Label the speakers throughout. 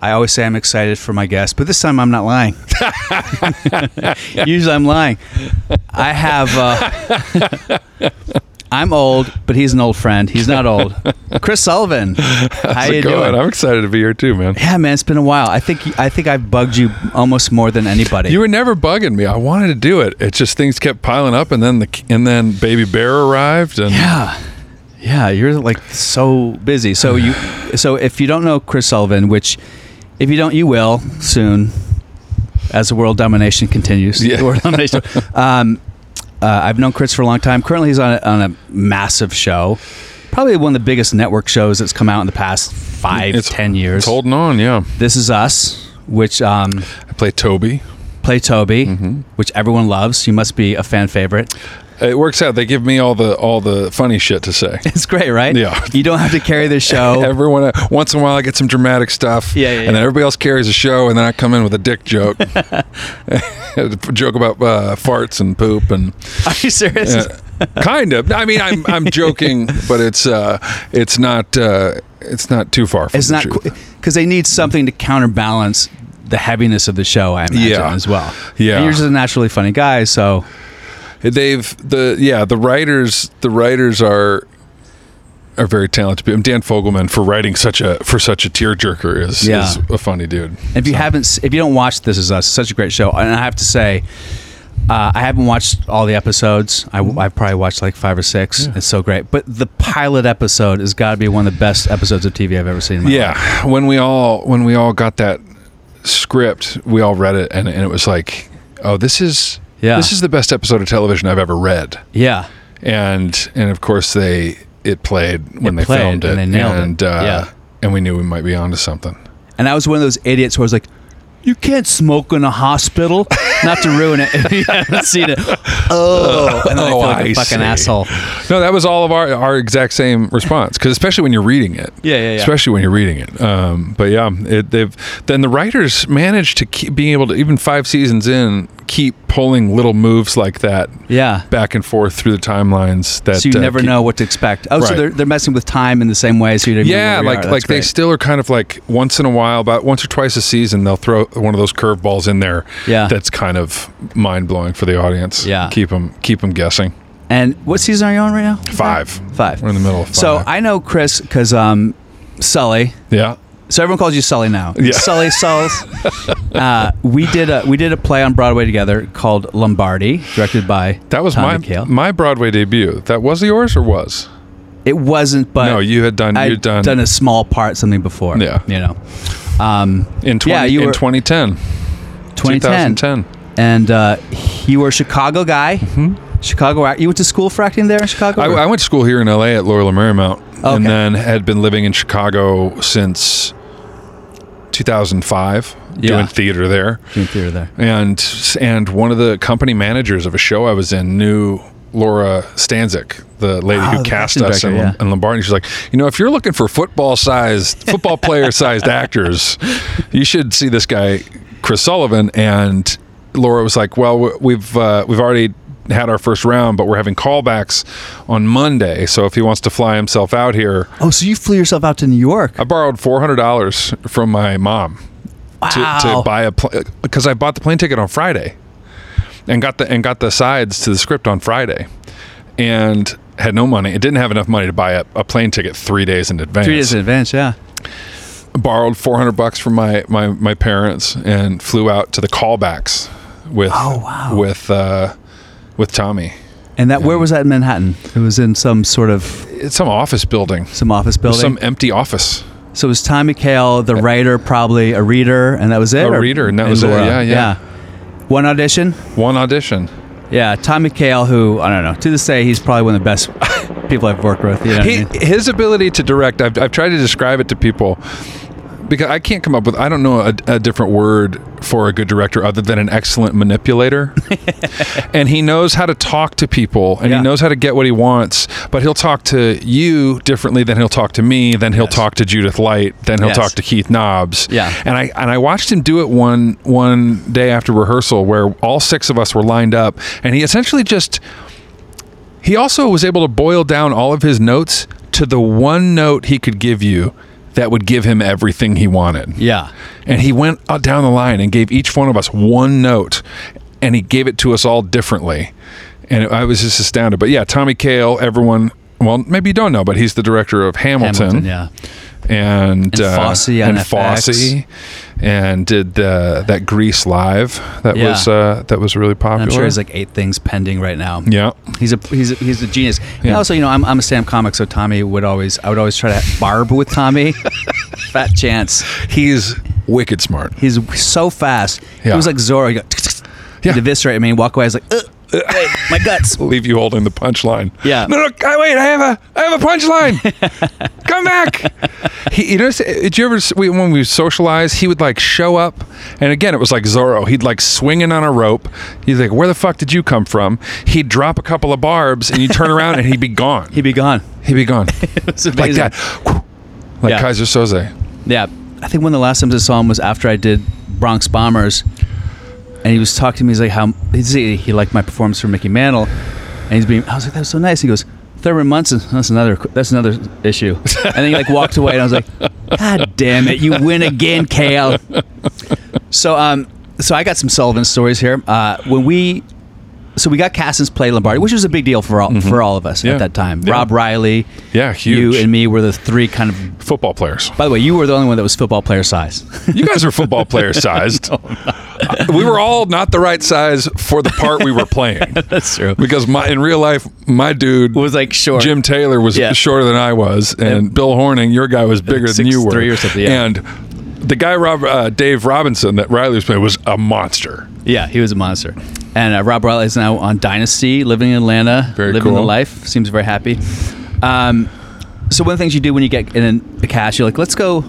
Speaker 1: I always say I'm excited for my guests, but this time I'm not lying. Usually I'm lying. I have. Uh, I'm old, but he's an old friend. He's not old. Chris Sullivan, how
Speaker 2: How's
Speaker 1: you
Speaker 2: it going?
Speaker 1: doing?
Speaker 2: "Oh, I'm excited to be here too, man.
Speaker 1: yeah, man, it's been a while. I think I think I've bugged you almost more than anybody.
Speaker 2: You were never bugging me. I wanted to do it. It's just things kept piling up, and then the and then Baby Bear arrived, and
Speaker 1: Yeah. Yeah, you're like so busy. So you so if you don't know Chris Sullivan, which if you don't you will soon as the world domination continues.
Speaker 2: Yeah.
Speaker 1: The world domination. um uh, I've known Chris for a long time. Currently he's on a, on a massive show. Probably one of the biggest network shows that's come out in the past five, ten
Speaker 2: It's-
Speaker 1: years.
Speaker 2: it's holding on. Yeah,
Speaker 1: This is us, which um,
Speaker 2: I play Toby.
Speaker 1: play Toby,
Speaker 2: Mm-hmm.
Speaker 1: which everyone loves. You must be a fan favorite.
Speaker 2: It works out. They give me all the all the funny shit to say.
Speaker 1: It's great, right?
Speaker 2: Yeah.
Speaker 1: You don't have to carry the show.
Speaker 2: Everyone once in a while, I get some dramatic stuff.
Speaker 1: Oh. Yeah, yeah,
Speaker 2: and
Speaker 1: yeah.
Speaker 2: then everybody else carries a show, and then I come in with a dick joke, joke about uh, farts and poop and.
Speaker 1: Are you serious?
Speaker 2: Uh, kind of. I mean, I'm I'm joking, but it's uh, it's not uh, it's not too far. From
Speaker 1: It's
Speaker 2: the
Speaker 1: not
Speaker 2: truth.
Speaker 1: because they need something to counterbalance the heaviness of the show. I imagine
Speaker 2: Yeah.
Speaker 1: as well.
Speaker 2: Yeah.
Speaker 1: And you're just a naturally funny guy, so
Speaker 2: They've the yeah the writers the writers are are very talented. people. Dan Fogelman for writing such a for such a tearjerker is
Speaker 1: Yeah.
Speaker 2: is a funny dude.
Speaker 1: if you haven't, s- if you don't watch This Is Us, it's such a great show. And I have to say, uh, I haven't watched all the episodes. I, have probably watched like five or six. It's so great. But the pilot episode has got to be one of the best episodes of TV I've ever seen. In my life.
Speaker 2: Yeah, when we all when we all got that script, we all read it, and, and it was like, oh, this is
Speaker 1: Yeah.
Speaker 2: this is the best episode of television I've ever read.
Speaker 1: yeah,
Speaker 2: and and of course they it played when
Speaker 1: It
Speaker 2: they
Speaker 1: played,
Speaker 2: filmed it
Speaker 1: and they nailed it.
Speaker 2: and, Uh,
Speaker 1: Yeah.
Speaker 2: and we knew we might be onto something
Speaker 1: And I was one of those idiots where I was like, you can't smoke in a hospital. Not to ruin it. If you haven't seen it. Oh, and then I feel
Speaker 2: Oh,
Speaker 1: like a
Speaker 2: I
Speaker 1: fucking
Speaker 2: see.
Speaker 1: asshole.
Speaker 2: no that was all of our our exact same response because especially when you're reading it
Speaker 1: Yeah, yeah, yeah.
Speaker 2: especially when you're reading it um but yeah it, they've then the writers managed to keep being able to even five seasons in keep pulling little moves like that
Speaker 1: Yeah.
Speaker 2: back and forth through the timelines that
Speaker 1: so you
Speaker 2: uh,
Speaker 1: never
Speaker 2: keep-
Speaker 1: know what to expect. Oh, so
Speaker 2: Right.
Speaker 1: they're, they're messing with time in the same way. So you didn't
Speaker 2: yeah,
Speaker 1: know where we
Speaker 2: like
Speaker 1: are.
Speaker 2: like
Speaker 1: That's
Speaker 2: they
Speaker 1: great.
Speaker 2: still are kind of like once in a while, about once or twice a season, they'll throw one of those curveballs in there.
Speaker 1: Yeah.
Speaker 2: that's kind of mind blowing for the audience.
Speaker 1: Yeah.
Speaker 2: keep them guessing.
Speaker 1: And what season are you on right now?
Speaker 2: Five,
Speaker 1: Five.
Speaker 2: We're in the middle of five.
Speaker 1: So I know Chris because um, Sully.
Speaker 2: yeah,
Speaker 1: So everyone calls you Sully now.
Speaker 2: Yeah.
Speaker 1: Sully Sulls. uh, we did a we did a play on Broadway together called Lombardi, directed by
Speaker 2: that was
Speaker 1: Tom
Speaker 2: my
Speaker 1: McHale.
Speaker 2: my Broadway debut. That was yours or was
Speaker 1: It wasn't, but
Speaker 2: no? You had done
Speaker 1: i
Speaker 2: you
Speaker 1: had done,
Speaker 2: done,
Speaker 1: a small part, something before.
Speaker 2: Yeah.
Speaker 1: you know, um,
Speaker 2: in twenty
Speaker 1: yeah, you
Speaker 2: in
Speaker 1: were-
Speaker 2: 2010,
Speaker 1: 2010,
Speaker 2: 2010.
Speaker 1: and uh, you were a Chicago guy. Chicago, act- you went to school for acting there in Chicago.
Speaker 2: Mm-hmm. I,
Speaker 1: or-
Speaker 2: I went to school here in L.A. at Loyola Marymount,
Speaker 1: Okay.
Speaker 2: and then had been living in Chicago since 2005,
Speaker 1: Yeah.
Speaker 2: doing theater there.
Speaker 1: Doing theater there.
Speaker 2: and and one of the company managers of a show I was in knew Laura Stanzik, the lady
Speaker 1: Oh,
Speaker 2: who
Speaker 1: the
Speaker 2: cast
Speaker 1: casting
Speaker 2: us in,
Speaker 1: director, yeah.
Speaker 2: in Lombardi. She's like, you know, if you're looking for football sized football player sized actors, you should see this guy Chris Sullivan. And Laura was like, well, we- we've uh, we've already had our first round, but we're having callbacks on Monday. So if he wants to fly himself out here,
Speaker 1: Oh, so you flew yourself out to New York?
Speaker 2: I borrowed four hundred dollars from my mom to,
Speaker 1: Wow.
Speaker 2: to buy a because I bought the plane ticket on Friday, and got the and got the sides to the script on Friday, and had no money. It didn't have enough money to buy a, a plane ticket three days in advance.
Speaker 1: Three days in advance, yeah.
Speaker 2: Borrowed four hundred bucks from my, my my parents and flew out to the callbacks with
Speaker 1: Oh, wow.
Speaker 2: with uh, with Tommy.
Speaker 1: And that where was that in Manhattan? It was in some sort of
Speaker 2: It's some office building,
Speaker 1: some office building.
Speaker 2: some empty office.
Speaker 1: so it was Tom McHale, the writer, probably a reader, and that was it.
Speaker 2: A
Speaker 1: or-
Speaker 2: reader, and that was it,
Speaker 1: Laura,
Speaker 2: yeah, yeah.
Speaker 1: One audition.
Speaker 2: One audition.
Speaker 1: Yeah, Tom McHale, who I don't know. To this day, he's probably one of the best people I've worked with. You know what I
Speaker 2: he,
Speaker 1: mean?
Speaker 2: his ability to direct I've, I've tried to describe it to people because I can't come up with I don't know a, a different word for a good director other than an excellent manipulator. and he knows how to talk to people and
Speaker 1: Yeah.
Speaker 2: he knows how to get what he wants, but he'll talk to you differently than he'll talk to me, then he'll talk to Judith Light, then he'll
Speaker 1: Yes.
Speaker 2: talk to Keith Knobs.
Speaker 1: Yeah.
Speaker 2: And I and I watched him do it one one day after rehearsal where all six of us were lined up and he essentially just he also was able to boil down all of his notes to the one note he could give you that would give him everything he wanted.
Speaker 1: Yeah.
Speaker 2: And he went uh, down the line and gave each one of us one note, and he gave it to us all differently. And I was just astounded. But yeah, Tommy Kail, everyone. Well, maybe you don't know, but he's the director of
Speaker 1: Hamilton,
Speaker 2: Hamilton,
Speaker 1: yeah.
Speaker 2: and, uh,
Speaker 1: And Fosse on
Speaker 2: and
Speaker 1: FX.
Speaker 2: Fosse, and did the, that Grease Live that
Speaker 1: Yeah.
Speaker 2: was uh, that was really popular.
Speaker 1: I'm sure he's like eight things pending right now.
Speaker 2: yeah,
Speaker 1: He's a he's a, he's a genius. And
Speaker 2: Yeah.
Speaker 1: also, you know, I'm, I'm a stand-up comic, so Tommy would always I would always try to barb with Tommy. Fat chance.
Speaker 2: he's wicked smart.
Speaker 1: He's so fast. He
Speaker 2: Yeah.
Speaker 1: was like Zorro. He'd, go,
Speaker 2: Yeah.
Speaker 1: he'd eviscerate me and walk away. I was like, "Ugh, wait, my guts.
Speaker 2: leave you holding the punchline.
Speaker 1: Yeah.
Speaker 2: No, no, I- wait. I have a, I have a punchline. Come back. He, you know, did you ever s- we- when we socialize, he would like show up, and again, it was like Zorro. He'd like swinging on a rope. He's like, "Where the fuck did you come from?" He'd drop a couple of barbs, and you turn around, and he'd be gone.
Speaker 1: He'd be gone.
Speaker 2: He'd be gone
Speaker 1: It's
Speaker 2: like
Speaker 1: amazing.
Speaker 2: that, like
Speaker 1: Yeah.
Speaker 2: Kaiser Soze.
Speaker 1: Yeah, I think one of the last times I saw him was after I did Bronx Bombers, and he was talking to me. He's like, "How he's, he liked my performance for Mickey Mantle," and he's being. I was like, "That was so nice." He goes, "Thurman Munson, that's another that's another issue." And then he like walked away, and I was like, "God damn it, you win again, Kale." So um, so I got some Sullivan stories here. Uh, when we. So we got Cassin's play Lombardi, which was a big deal for all for all of us
Speaker 2: Mm-hmm. Yeah.
Speaker 1: at that time.
Speaker 2: Yeah.
Speaker 1: Rob Riley,
Speaker 2: Yeah, huge.
Speaker 1: you and me were the three kind of
Speaker 2: Football players.
Speaker 1: by the way, you were the only one that was football player size.
Speaker 2: You guys are football player sized. Uh, we were all not the right size for the part we were playing.
Speaker 1: That's true.
Speaker 2: because my in real life my dude
Speaker 1: Was like short.
Speaker 2: Jim Taylor was
Speaker 1: Yeah.
Speaker 2: shorter than I was, and, Bill Horning, your guy, was bigger than you were,
Speaker 1: 6'3" or something, yeah.
Speaker 2: And the guy Rob uh, Dave Robinson that Riley was playing was a monster.
Speaker 1: Yeah, he was a monster. And uh, Rob Riley is now on Dynasty, living in Atlanta,
Speaker 2: Very
Speaker 1: living the
Speaker 2: cool.
Speaker 1: life. Seems very happy. Um, so one of the things you do when you get in a cash, you're like, let's go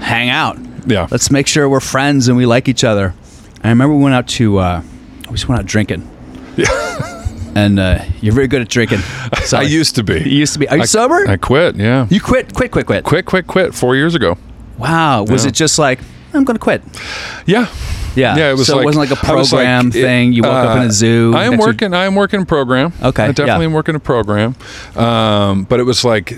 Speaker 1: hang out.
Speaker 2: Yeah.
Speaker 1: Let's make sure we're friends and we like each other. And I remember we went out to, uh, we just went out drinking. Yeah. And uh, you're very good at drinking. So
Speaker 2: I used to be.
Speaker 1: You used to be. Are you
Speaker 2: I,
Speaker 1: sober?
Speaker 2: I quit. Yeah,
Speaker 1: you quit, quit, quit, quit.
Speaker 2: quit, quit, quit four years ago.
Speaker 1: Wow. Was it just like, I'm going to quit?
Speaker 2: Yeah.
Speaker 1: Yeah.
Speaker 2: Yeah, it was
Speaker 1: so
Speaker 2: like
Speaker 1: it wasn't like a
Speaker 2: I was like,
Speaker 1: program
Speaker 2: it-
Speaker 1: thing. You woke up in
Speaker 2: uh,
Speaker 1: a zoo.
Speaker 2: I am
Speaker 1: next to-
Speaker 2: working. I am working a program.
Speaker 1: Okay,
Speaker 2: I
Speaker 1: yeah.
Speaker 2: definitely am working a program. Um, but it was like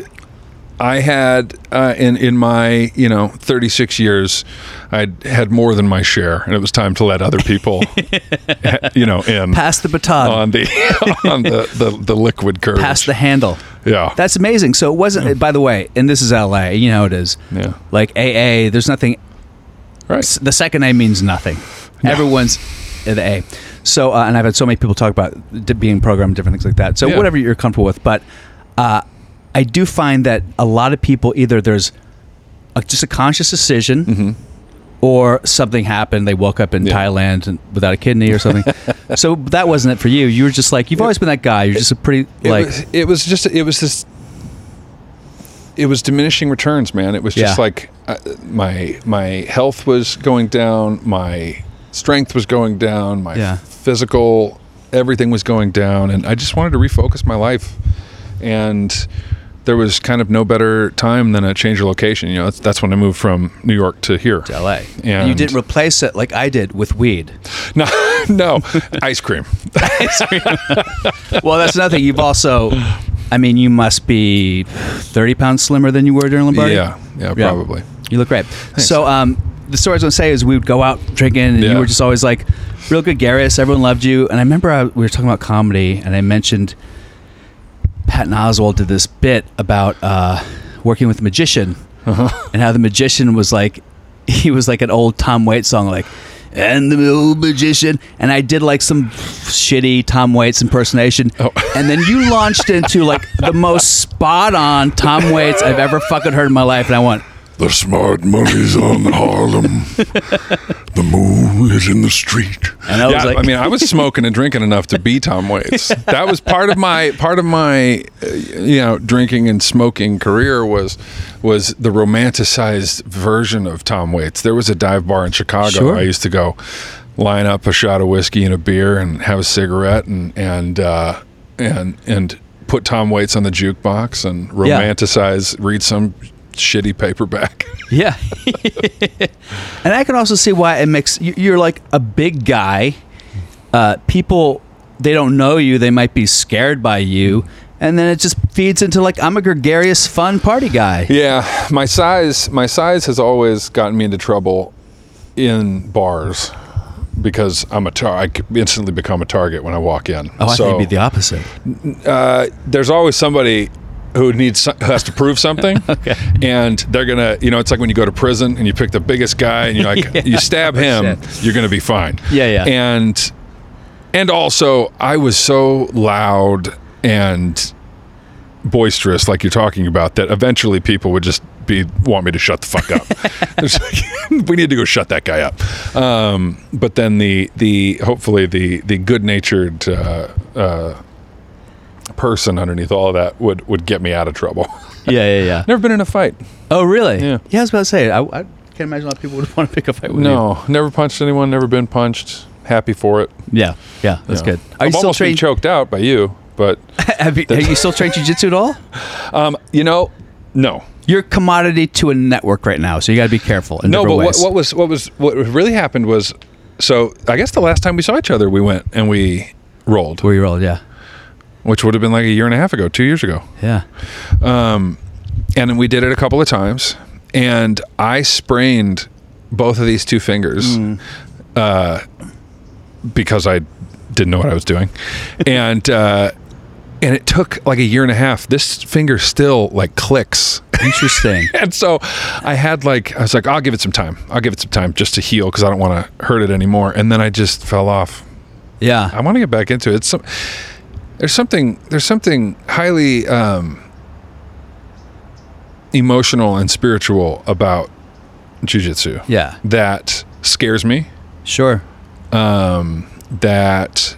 Speaker 2: I had uh, in in my you know 36 years, I had more than my share, and it was time to let other people you know in
Speaker 1: Pass the baton.
Speaker 2: on the on the, the the liquid curve.
Speaker 1: pass the handle.
Speaker 2: yeah.
Speaker 1: That's amazing. So it wasn't. By the way, and this is L.A. You know how it is.
Speaker 2: Yeah.
Speaker 1: Like AA, there's nothing.
Speaker 2: right.
Speaker 1: The second A means nothing. Everyone's the A. So uh, and I've had so many people talk about d- being programmed, different things like that. So
Speaker 2: Yeah.
Speaker 1: whatever you're comfortable with, but uh, I do find that a lot of people either there's a, just a conscious decision. Or something happened. They woke up in
Speaker 2: Mm-hmm. Yeah.
Speaker 1: Thailand and without a kidney or something. so that wasn't it for you. You were just like you've always been that guy. You're just a pretty
Speaker 2: It
Speaker 1: like
Speaker 2: was, it was just it was this it was diminishing returns man it was just
Speaker 1: Yeah.
Speaker 2: like uh, my my health was going down my strength was going down my
Speaker 1: Yeah.
Speaker 2: physical everything was going down and i just wanted to refocus my life and there was kind of no better time than a change of location you know that's, that's when i moved from new york to here
Speaker 1: to LA.
Speaker 2: and,
Speaker 1: And you didn't replace it like I did with weed.
Speaker 2: no no ice cream
Speaker 1: well, that's another thing. You've also, I mean, you must be 30 pounds slimmer than you were during Lombardi.
Speaker 2: yeah yeah probably
Speaker 1: You look great. So, um, the story I was going to say is we would go out drinking and you
Speaker 2: Yeah.
Speaker 1: were just always like real gregarious. Everyone loved you. And I remember I, we were talking about comedy and I mentioned Patton Oswald did this bit about uh, working with a magician and how the magician was like, he was like an old Tom Waits song, like, and the old magician. And I did like some shitty Tom Waits impersonation. And then you launched into like the most spot on Tom Waits I've ever fucking heard in my life. And I went,
Speaker 3: The smart money's on Harlem. the moon is in the street.
Speaker 1: And I was
Speaker 2: yeah,
Speaker 1: like,
Speaker 2: I mean, I was smoking and drinking enough to be Tom Waits. That was part of my part of my, uh, you know, drinking and smoking career was was the romanticized version of Tom Waits. There was a dive bar in Chicago
Speaker 1: Sure.
Speaker 2: I used to go, line up a shot of whiskey and a beer and have a cigarette and and uh, and and put Tom Waits on the jukebox and
Speaker 1: Yeah.
Speaker 2: romanticize, read some shitty paperback.
Speaker 1: Yeah. and I can also see why it makes you- you're like a big guy. Uh, people they don't know you, they might be scared by you, and then it just feeds into like I'm a gregarious, fun party guy.
Speaker 2: Yeah, my size my size has always gotten me into trouble in bars because I'm a tar- I c- instantly become a target when I walk in.
Speaker 1: Oh, I
Speaker 2: so,
Speaker 1: think it'd be the opposite.
Speaker 2: uh, there's always somebody who needs some- who has to prove something. okay. And they're going to, you know, it's like when you go to prison and you pick the biggest guy and you're like you stab him, you're going to be fine.
Speaker 1: Yeah, yeah.
Speaker 2: And and also I was so loud and boisterous like you're talking about that eventually people would just be want me to shut the fuck up It's like, we need to go shut that guy up um, but then the the hopefully the the good-natured uh, uh, person underneath all of that would would get me out of trouble
Speaker 1: Yeah, yeah, yeah.
Speaker 2: never been in a fight
Speaker 1: Oh, really?
Speaker 2: Yeah.
Speaker 1: I was about to say. I, I can't imagine why people would want to pick a fight with you.
Speaker 2: no never punched anyone never been punched happy for it
Speaker 1: Yeah, yeah, that's good. Are
Speaker 2: i've
Speaker 1: you still
Speaker 2: almost been
Speaker 1: trained?
Speaker 2: choked out by you but
Speaker 1: have you, are you still trained jujitsu at all?
Speaker 2: um, you know no
Speaker 1: You're a commodity to a network right now, so you got to be careful. In
Speaker 2: no, but
Speaker 1: different
Speaker 2: what,
Speaker 1: ways.
Speaker 2: what was what was what really happened was, so I guess the last time we saw each other, we went and we rolled,
Speaker 1: Where you rolled? Yeah,
Speaker 2: which would have been like a year and a half ago, two years ago,
Speaker 1: yeah.
Speaker 2: and we did it a couple of times, and I sprained both of these two fingers uh, because I didn't know what I was doing, and. Uh, and it took like a year and a half. This finger still like clicks
Speaker 1: Interesting.
Speaker 2: and so I had like I was like I'll give it some time. I'll give it some time just to heal because I don't want to hurt it anymore. And then I just fell off.
Speaker 1: Yeah.
Speaker 2: I want to get back into it. It's some, there's something there's something highly um, emotional and spiritual about jujitsu.
Speaker 1: Yeah.
Speaker 2: that scares me.
Speaker 1: Sure.
Speaker 2: That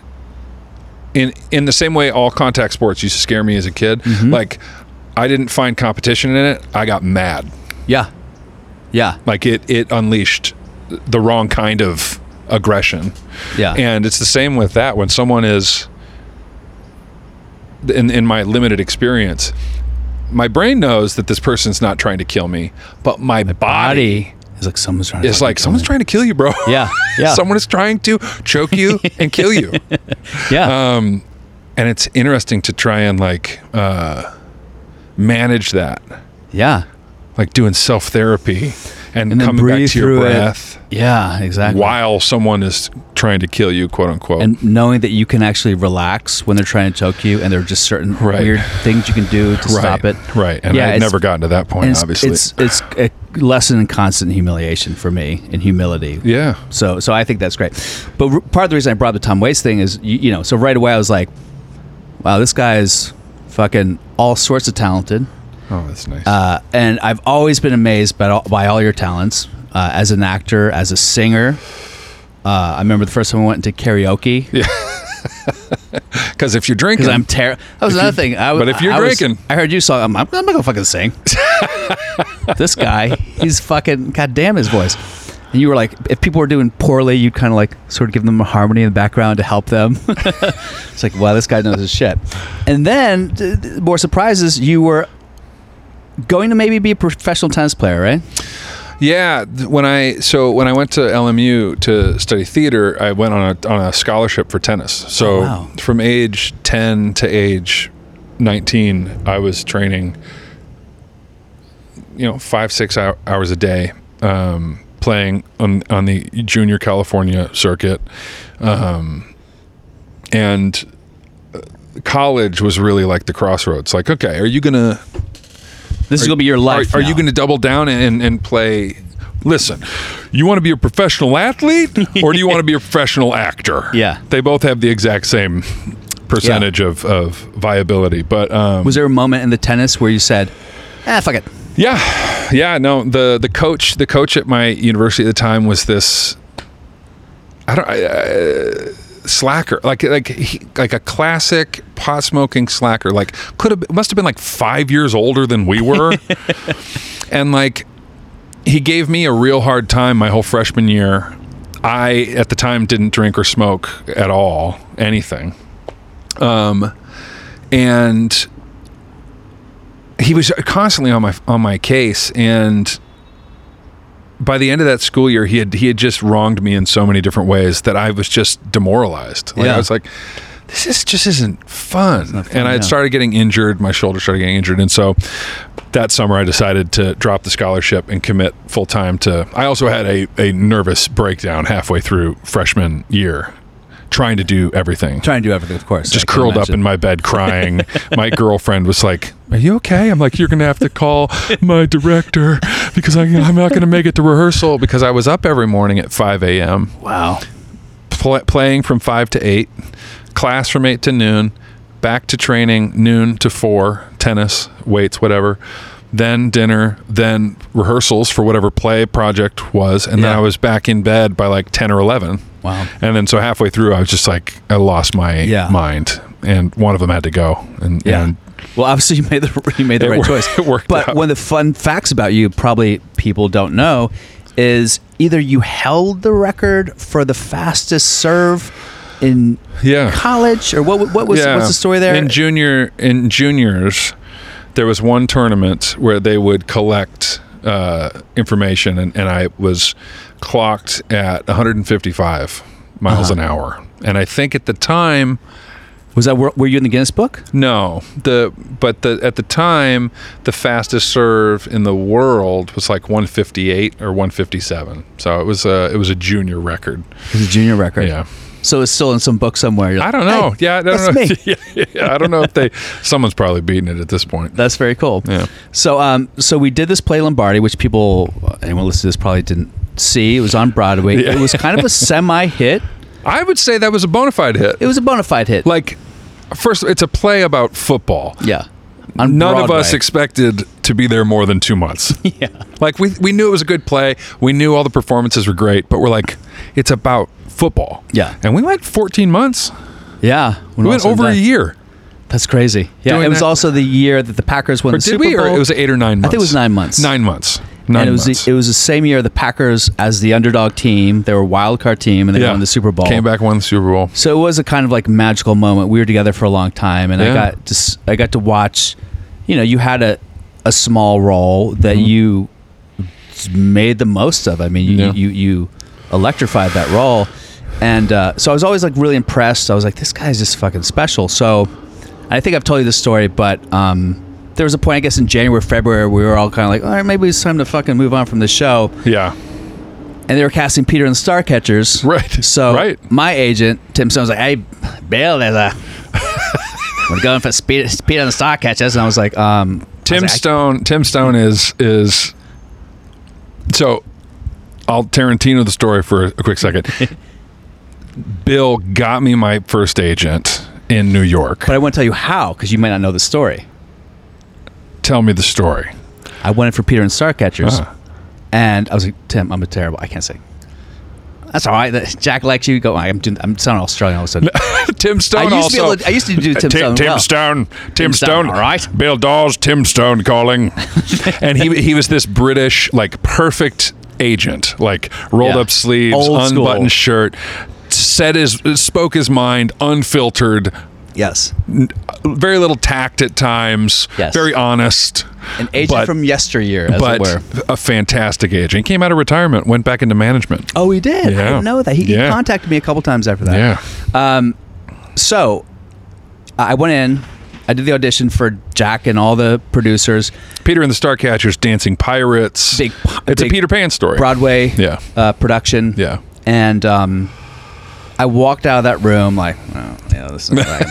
Speaker 2: in in the same way all contact sports used to scare me as a kid. Like I didn't find competition in it. I got mad.
Speaker 1: Yeah. Yeah.
Speaker 2: like it it unleashed the wrong kind of aggression
Speaker 1: Yeah.
Speaker 2: and it's the same with that when someone is in in my limited experience my brain knows that this person's not trying to kill me but my, body,
Speaker 1: body is like someone's trying. to
Speaker 2: is
Speaker 1: fucking
Speaker 2: like
Speaker 1: kill
Speaker 2: someone's
Speaker 1: me.
Speaker 2: trying to kill you bro
Speaker 1: Yeah. Yeah.
Speaker 2: someone is trying to choke you and kill you
Speaker 1: Yeah.
Speaker 2: uh, and it's interesting to try and like uh manage that
Speaker 1: yeah.
Speaker 2: like doing self therapy and,
Speaker 1: And then
Speaker 2: coming back
Speaker 1: breathe
Speaker 2: to your
Speaker 1: through it.
Speaker 2: breath
Speaker 1: Yeah. Exactly.
Speaker 2: while someone is trying to kill you, quote unquote.
Speaker 1: And knowing that you can actually relax when they're trying to choke you, and there are just certain
Speaker 2: Right.
Speaker 1: weird things you can do to
Speaker 2: right,
Speaker 1: stop it.
Speaker 2: Right. And
Speaker 1: Yeah,
Speaker 2: I
Speaker 1: it's-
Speaker 2: had never gotten to that point,
Speaker 1: And it's,
Speaker 2: obviously.
Speaker 1: it's it's a lesson in constant humiliation for me and humility.
Speaker 2: yeah.
Speaker 1: So so I think that's great. But r- part of the reason I brought the Tom Waits thing is you, you know so right away I was like, wow, this guy is fucking all sorts of talented.
Speaker 2: Oh, that's nice.
Speaker 1: Uh, and I've always been amazed by all, by all your talents uh, as an actor, as a singer. Uh, I remember the first time I went into karaoke because
Speaker 2: Because if you're drinking,
Speaker 1: I'm terrible. That was another thing. I, w-
Speaker 2: but if you're
Speaker 1: I was-
Speaker 2: drinking-
Speaker 1: I heard you song. I'm, I'm not gonna fucking sing. this guy, he's fucking goddamn his voice. And you were like, if people were doing poorly, you'd kind of like sort of give them a harmony in the background to help them. it's like, wow, this guy knows his shit. And then, d- d- more surprises, you were going to maybe be a professional tennis player, right?
Speaker 2: yeah. th- When I so when I went to LMU to study theater, I went on a on a scholarship for tennis. So
Speaker 1: Oh, wow.
Speaker 2: from age ten to age nineteen, I was training. You know, five six hou- hours a day, um, playing on on the junior California circuit. um, and uh, college was really like the crossroads like okay are you gonna
Speaker 1: This is gonna be your
Speaker 2: are,
Speaker 1: life.
Speaker 2: are you
Speaker 1: now.
Speaker 2: gonna double down and and play listen you want to be a professional athlete or do you want to be a professional actor
Speaker 1: Yeah.
Speaker 2: they both have the exact same percentage of, of viability but um
Speaker 1: Was there a moment in the tennis where you said, "Ah, fuck it"?
Speaker 2: Yeah, yeah. No, the the coach, the coach at my university at the time was this. I don't I, uh, slacker, like like he, like a classic pot smoking slacker. Like could have must have been like five years older than we were, and like he gave me a real hard time my whole freshman year. I at the time didn't drink or smoke at all, anything. Um, and he was constantly on my on my case and by the end of that school year he had he had just wronged me in so many different ways that I was just demoralized. Like
Speaker 1: Yeah.
Speaker 2: I was like this is, just isn't fun.
Speaker 1: fun,
Speaker 2: and I had
Speaker 1: yeah.
Speaker 2: started getting injured, my shoulder started getting injured and so that summer I decided to drop the scholarship and commit full time to I also had a a nervous breakdown halfway through freshman year trying to do everything
Speaker 1: Trying to do everything, of course.
Speaker 2: just curled up in my bed crying. my girlfriend was like, "Are you okay?" I'm like, "You're gonna have to call my director because I, I'm not gonna make it to rehearsal because I was up every morning at 5 a.m.
Speaker 1: Wow.
Speaker 2: Pl- playing from five to eight, class from eight to noon, back to training noon to four, tennis, weights, whatever. Then dinner, then rehearsals for whatever play project was, and then
Speaker 1: Yeah.
Speaker 2: I was back in bed by like ten or eleven.
Speaker 1: Wow.
Speaker 2: And then so halfway through, I was just like, I lost my
Speaker 1: Yeah.
Speaker 2: mind, and one of them had to go. And
Speaker 1: Yeah.
Speaker 2: and
Speaker 1: well, obviously you made the you made the
Speaker 2: It
Speaker 1: right
Speaker 2: wor-
Speaker 1: choice.
Speaker 2: it worked
Speaker 1: But
Speaker 2: out.
Speaker 1: one of the fun facts about you, probably people don't know, is either you held the record for the fastest serve in
Speaker 2: Yeah.
Speaker 1: college, or what? What was
Speaker 2: yeah.
Speaker 1: what's the story there?
Speaker 2: In junior, in juniors, there was one tournament where they would collect uh, information, and, and I was clocked at 155 miles an
Speaker 1: Uh-huh.
Speaker 2: hour, and I think at the time.
Speaker 1: was that were, were you in the Guinness Book?
Speaker 2: No, the but the at the time the fastest serve in the world was like 158 or 157. So it was a it was a junior record.
Speaker 1: It was a junior record.
Speaker 2: Yeah.
Speaker 1: So it's still in some book somewhere. You're
Speaker 2: I
Speaker 1: like,
Speaker 2: don't know.
Speaker 1: "Hey,
Speaker 2: yeah, I don't
Speaker 1: that's
Speaker 2: know.
Speaker 1: me.
Speaker 2: Yeah, yeah, I don't know if they someone's probably beating it at this point.
Speaker 1: That's very cool.
Speaker 2: Yeah.
Speaker 1: So, um, so we did this play Lombardi, which people anyone listening to this probably didn't see. It was on Broadway.
Speaker 2: Yeah.
Speaker 1: It was kind of a semi-hit.
Speaker 2: I would say that was a bona fide hit.
Speaker 1: It was a bona fide hit.
Speaker 2: like first it's a play about football.
Speaker 1: yeah. On
Speaker 2: None of us
Speaker 1: Broadway.
Speaker 2: expected to be there more than 2 months.
Speaker 1: yeah.
Speaker 2: Like we we knew it was a good play. We knew all the performances were great, but we're like, it's about football.
Speaker 1: Yeah.
Speaker 2: And we went 14 months.
Speaker 1: Yeah.
Speaker 2: We went over a year.
Speaker 1: That's crazy. Yeah.
Speaker 2: Doing
Speaker 1: it was
Speaker 2: that.
Speaker 1: also the year that the Packers won
Speaker 2: Or
Speaker 1: the
Speaker 2: did
Speaker 1: Super
Speaker 2: we? Or
Speaker 1: Bowl.
Speaker 2: it was eight or nine months.
Speaker 1: think it was nine months.
Speaker 2: Nine months. Nine
Speaker 1: and it was
Speaker 2: months.
Speaker 1: the, it was the same year the Packers as the underdog team. They were a wild card team and they won the Super Bowl.
Speaker 2: Came back, won the Super Bowl.
Speaker 1: So it was a kind of like magical moment. We were together for a long time, and I
Speaker 2: Yeah.
Speaker 1: got to s- I got to watch. You know, you had a a small role that you s- made the most of. I mean, you
Speaker 2: Mm-hmm. Yeah.
Speaker 1: you, you electrified that role, and uh, so I was always like really impressed. I was like, this guy's just fucking special. So I think I've told you this story, but. Um, there was a point, I guess, in January, February, we were all kind of like, all right, maybe it's time to fucking move on from the show
Speaker 2: Yeah.
Speaker 1: and they were casting Peter and the Starcatchers.
Speaker 2: Right,
Speaker 1: So
Speaker 2: right.
Speaker 1: my agent Tim Stone was like, "Hey, Bill, there's a we're going for Peter, Peter and the Starcatchers," and I was like, um, I was
Speaker 2: Tim
Speaker 1: like, I-
Speaker 2: Stone. Tim Stone is is. So, I'll Tarantino the story for a quick second. Bill got me my first agent in New York.
Speaker 1: but I want to tell you how because you might not know the story.
Speaker 2: Tell me the story.
Speaker 1: I went in for Peter and the Starcatchers,
Speaker 2: Ah.
Speaker 1: and I was like, "Tim, I'm a terrible. I can't sing." That's all right. that- Jack likes you. Go. I'm doing. I'm sounding Australian all of a sudden.
Speaker 2: Tim Stone
Speaker 1: I used to be
Speaker 2: also.
Speaker 1: able to, I used to do Tim, Stone. well.
Speaker 2: Stone. Tim,
Speaker 1: Stone, all right.
Speaker 2: Bill Dawes, Tim Stone calling. and he he was this British, like perfect agent, like rolled
Speaker 1: Yeah.
Speaker 2: up sleeves,
Speaker 1: Old school.
Speaker 2: unbuttoned shirt, said his spoke his mind, unfiltered,
Speaker 1: Yes,
Speaker 2: very little tact at times,
Speaker 1: Yes.
Speaker 2: very honest.
Speaker 1: an agent
Speaker 2: But-
Speaker 1: from yesteryear, as it
Speaker 2: but
Speaker 1: were.
Speaker 2: a fantastic agent. He came out of retirement, went back into management.
Speaker 1: Oh, he did. I
Speaker 2: Yeah.
Speaker 1: didn't know that. He, he
Speaker 2: Yeah.
Speaker 1: contacted me a couple times after that.
Speaker 2: Yeah.
Speaker 1: So I went in, I did the audition for Jack and all the producers,
Speaker 2: Peter and the Starcatchers, Dancing Pirates.
Speaker 1: Big pi-
Speaker 2: it's
Speaker 1: big
Speaker 2: a Peter Pan story.
Speaker 1: Broadway
Speaker 2: Yeah.
Speaker 1: uh, production.
Speaker 2: Yeah.
Speaker 1: And um, I walked out of that room like, oh, yeah, this is all right.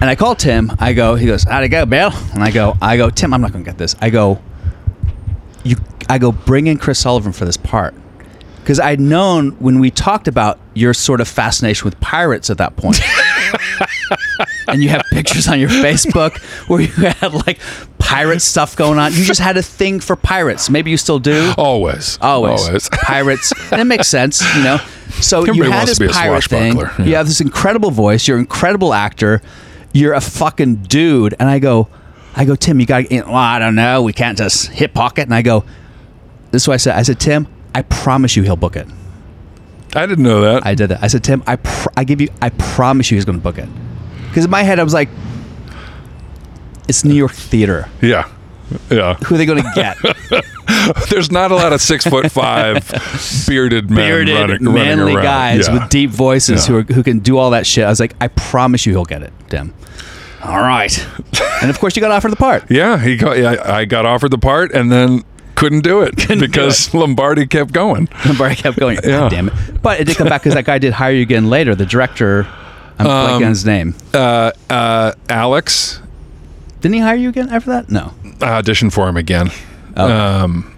Speaker 1: and I called Tim. I go, he goes, how'd it go, Bill? And I go, I go, Tim, I'm not going to get this. I go, you, I go, bring in Chris Sullivan for this part. Because I'd known when we talked about your sort of fascination with pirates at that point. and you have pictures on your Facebook where you had like pirate stuff going on. You just had a thing for pirates. Maybe you still
Speaker 2: Oh,
Speaker 1: do.
Speaker 2: Always.
Speaker 1: Always.
Speaker 2: Always.
Speaker 1: Pirates. That makes sense, you know. So you
Speaker 2: Everybody
Speaker 1: had
Speaker 2: wants
Speaker 1: this
Speaker 2: to be a
Speaker 1: pirate thing.
Speaker 2: swashbuckler, yeah.
Speaker 1: You have this incredible voice. You're an incredible actor. You're a fucking dude. And I go, I go, Tim, you got. to Well, I don't know. We can't just hip pocket. And I go, this is what I said. I said, Tim, I promise you, he'll book it.
Speaker 2: I didn't know that.
Speaker 1: I did that. I said, Tim, I pr- I give you, I promise you, he's going to book it. Because in my head, I was like, it's New York theater.
Speaker 2: yeah. Yeah.
Speaker 1: Who are they going to get?
Speaker 2: There's not a lot of six foot five bearded men
Speaker 1: Bearded,
Speaker 2: running, running
Speaker 1: manly
Speaker 2: around.
Speaker 1: guys
Speaker 2: Yeah.
Speaker 1: with deep voices
Speaker 2: Yeah.
Speaker 1: who are, who can do all that shit. I was like, I promise you, he'll get it, Tim. All right. and of course, you got offered the part.
Speaker 2: Yeah, he got. Yeah, I got offered the part and then couldn't do it because Lombardi kept going.
Speaker 1: Remember, I kept going. God
Speaker 2: Yeah.
Speaker 1: damn it! But it did come back because that guy did hire you again later. The director, I'm blanking on his name.
Speaker 2: Um, Uh, uh, Alex
Speaker 1: Didn't he hire you again after that? No.
Speaker 2: auditioned for him again. Um,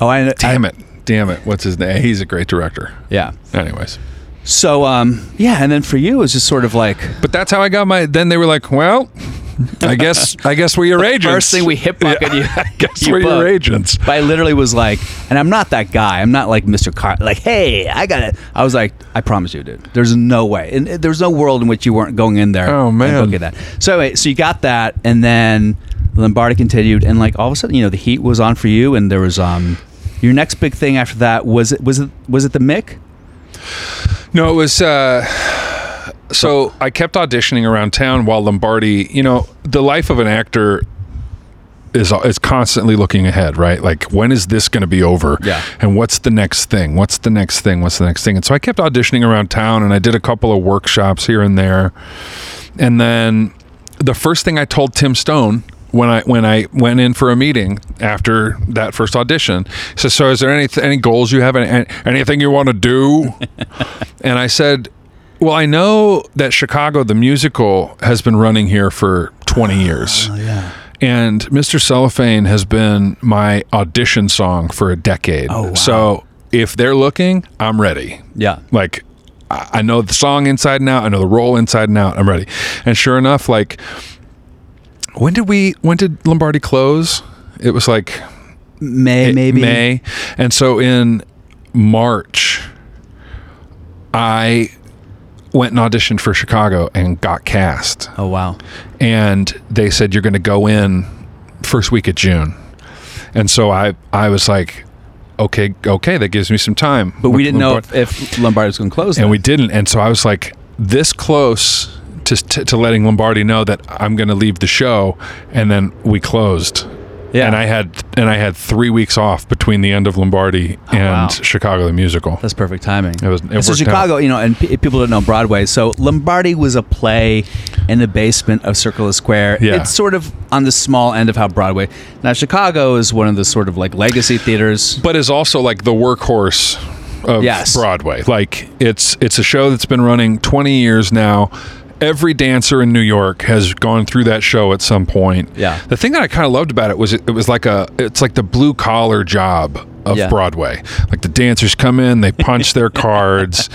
Speaker 1: Oh, I
Speaker 2: damn
Speaker 1: I-
Speaker 2: it, damn it. What's his name? He's a great director.
Speaker 1: Yeah.
Speaker 2: Anyways,
Speaker 1: So, um, yeah, and then for you, it was just sort of like
Speaker 2: but that's how I got my. Then they were like, "Well, I guess I guess we're your agents."
Speaker 1: First thing we hit bucket you. I
Speaker 2: guess we're your agents.
Speaker 1: But I literally was like, and I'm not that guy. I'm not like Mr. Car. Like, hey, I got it. I was like, I promise you, dude. There's no way, and uh, there's no world in which you weren't going in there.
Speaker 2: Oh, man.
Speaker 1: look at that. So anyway, so you got that, and then Lombardi continued, and like all of a sudden, you know, the heat was on for you, and there was um, your next big thing after that was it was it was it the Mick?
Speaker 2: No, it was. Uh, so I kept auditioning around town while Lombardi. You know, the life of an actor is is constantly looking ahead, right? Like, when is this going to be over?
Speaker 1: Yeah.
Speaker 2: And what's the next thing? What's the next thing? What's the next thing? And so I kept auditioning around town, and I did a couple of workshops here and there, and then the first thing I told Tim Stone when I when I went in for a meeting after that first audition, he says, "So, is there any any goals you have? Any, anything you want to do?" and I said, "Well, I know that Chicago the musical has been running here for 20 years."
Speaker 1: Ah, Yeah.
Speaker 2: And Mr. Cellophane has been my audition song for a decade.
Speaker 1: Oh, wow.
Speaker 2: So if they're looking, I'm ready.
Speaker 1: Yeah.
Speaker 2: Like, I I know the song inside and out. I know the role inside and out. I'm ready. And sure enough, like, when did we? When did Lombardi close? It was like
Speaker 1: May
Speaker 2: it-
Speaker 1: maybe
Speaker 2: May. And so in March, I went and auditioned for Chicago and got cast
Speaker 1: Oh wow.
Speaker 2: and they said you're going to go in first week of June. And so I I was like, okay, okay, that gives me some time.
Speaker 1: But we didn't know if, if Lombardi was going to close.
Speaker 2: and
Speaker 1: then.
Speaker 2: we didn't. And so I was like, this close to to, to letting Lombardi know that I'm going to leave the show, and then we closed.
Speaker 1: Yeah.
Speaker 2: And I had and I had three weeks off between the end of Lombardi and
Speaker 1: Oh, wow.
Speaker 2: Chicago the musical.
Speaker 1: That's perfect timing.
Speaker 2: It was- it
Speaker 1: And so
Speaker 2: worked
Speaker 1: Chicago, you know, and p- people don't know Broadway. So Lombardi was a play in the basement of Circle Square.
Speaker 2: Yeah.
Speaker 1: It's sort of on the small end of how Broadway. Now Chicago is one of the sort of like legacy theaters.
Speaker 2: but is also like the workhorse of
Speaker 1: Yes.
Speaker 2: Broadway. Like it's it's a show that's been running 20 years now. Every dancer in New York has gone through that show at some point.
Speaker 1: Yeah.
Speaker 2: The thing that I kind of loved about it was it, it was like a it's like the blue collar job of
Speaker 1: Yeah.
Speaker 2: Broadway. Like the dancers come in, they punch their cards.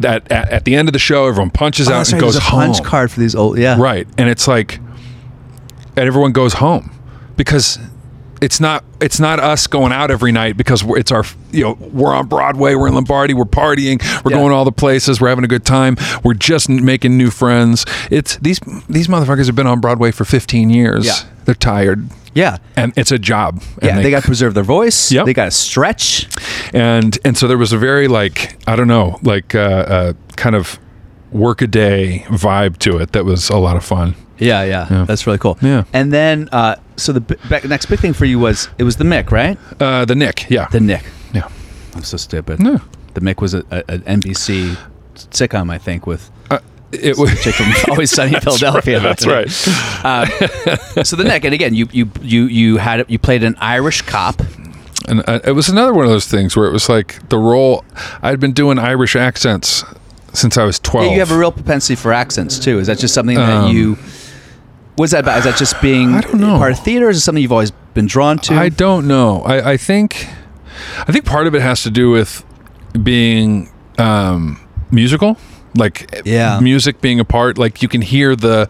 Speaker 2: That at, at the end of the show, everyone punches out
Speaker 1: Oh, that's
Speaker 2: and
Speaker 1: right,
Speaker 2: goes
Speaker 1: there's a
Speaker 2: home.
Speaker 1: punch card for these old. Yeah.
Speaker 2: Right. And it's like and everyone goes home because it's not it's not us going out every night because we're, it's our you know we're on Broadway, we're in Lombardi, we're partying, we're
Speaker 1: Yeah.
Speaker 2: going all the places, we're having a good time, we're just n- making new friends. It's these these motherfuckers have been on Broadway for 15 years.
Speaker 1: Yeah.
Speaker 2: They're tired.
Speaker 1: Yeah.
Speaker 2: And it's a job.
Speaker 1: Yeah.
Speaker 2: and
Speaker 1: they, got to preserve their voice.
Speaker 2: Yep.
Speaker 1: They got to stretch.
Speaker 2: and and so there was a very like I don't know like uh, uh, kind of workaday vibe to it that was a lot of fun.
Speaker 1: Yeah, yeah, That's really cool.
Speaker 2: Yeah.
Speaker 1: And then, uh, so the b- back, next big thing for you was it was the Mick, right?
Speaker 2: Uh, the Nick, yeah,
Speaker 1: The Nick.
Speaker 2: yeah.
Speaker 1: I'm so stupid.
Speaker 2: No.
Speaker 1: The Mick was a, a, an NBC sitcom, I think, with.
Speaker 2: Uh, It was
Speaker 1: chick from Always Sunny in Philadelphia. Uh,
Speaker 2: that's right.
Speaker 1: So the neck, and again, you you you you had you played an Irish cop.
Speaker 2: And uh, it was another one of those things where it was like the role I'd been doing Irish accents since I was 12.
Speaker 1: Yeah, you have a real propensity for accents too. Is that just something that you? What's that about? Is that just being
Speaker 2: Um, I don't know.
Speaker 1: part of theater? Is it something you've always been drawn to?
Speaker 2: I don't know. I, I think I think part of it has to do with being um, musical like
Speaker 1: Yeah.
Speaker 2: music being a part like you can hear the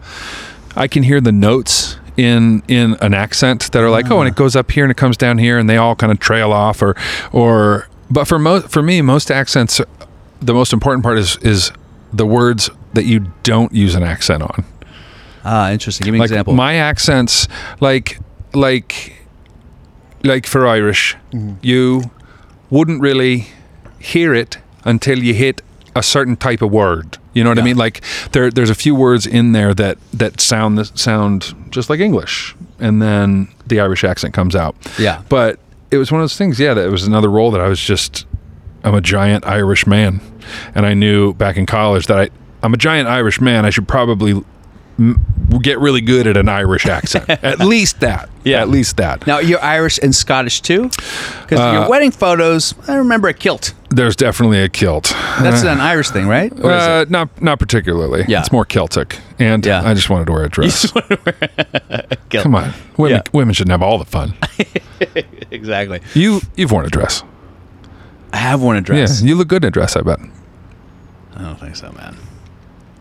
Speaker 2: i can hear the notes in in an accent that are like
Speaker 1: Ah.
Speaker 2: oh and it goes up here and it comes down here and they all kind of trail off or or but for most for me most accents the most important part is is the words that you don't use an accent on
Speaker 1: Ah, interesting. Give me an
Speaker 2: like
Speaker 1: example.
Speaker 2: my accents like like like for irish you wouldn't really hear it until you hit a certain type of word you know what i mean like there there's a few words in there that that sound that sound just like english and then the irish accent comes out
Speaker 1: Yeah.
Speaker 2: but it was one of those things yeah that was another role that i was just i'm a giant irish man and i knew back in college that i i'm a giant irish man i should probably get really good at an Irish accent. at least that.
Speaker 1: Yeah.
Speaker 2: At least that.
Speaker 1: now you're Irish and Scottish too, because
Speaker 2: Uh,
Speaker 1: your wedding photos. I remember a kilt.
Speaker 2: There's definitely a kilt.
Speaker 1: That's an Irish thing, right? Or is
Speaker 2: Uh, not not particularly.
Speaker 1: Yeah.
Speaker 2: It's more Celtic. And
Speaker 1: Yeah.
Speaker 2: I just wanted to wear a dress.
Speaker 1: kilt.
Speaker 2: Come on. Women
Speaker 1: Yeah.
Speaker 2: women should have all the fun. uh,
Speaker 1: it? exactly.
Speaker 2: You you've worn a dress.
Speaker 1: I have worn a dress.
Speaker 2: Yeah. You look good in a dress, I bet.
Speaker 1: I don't think so, man.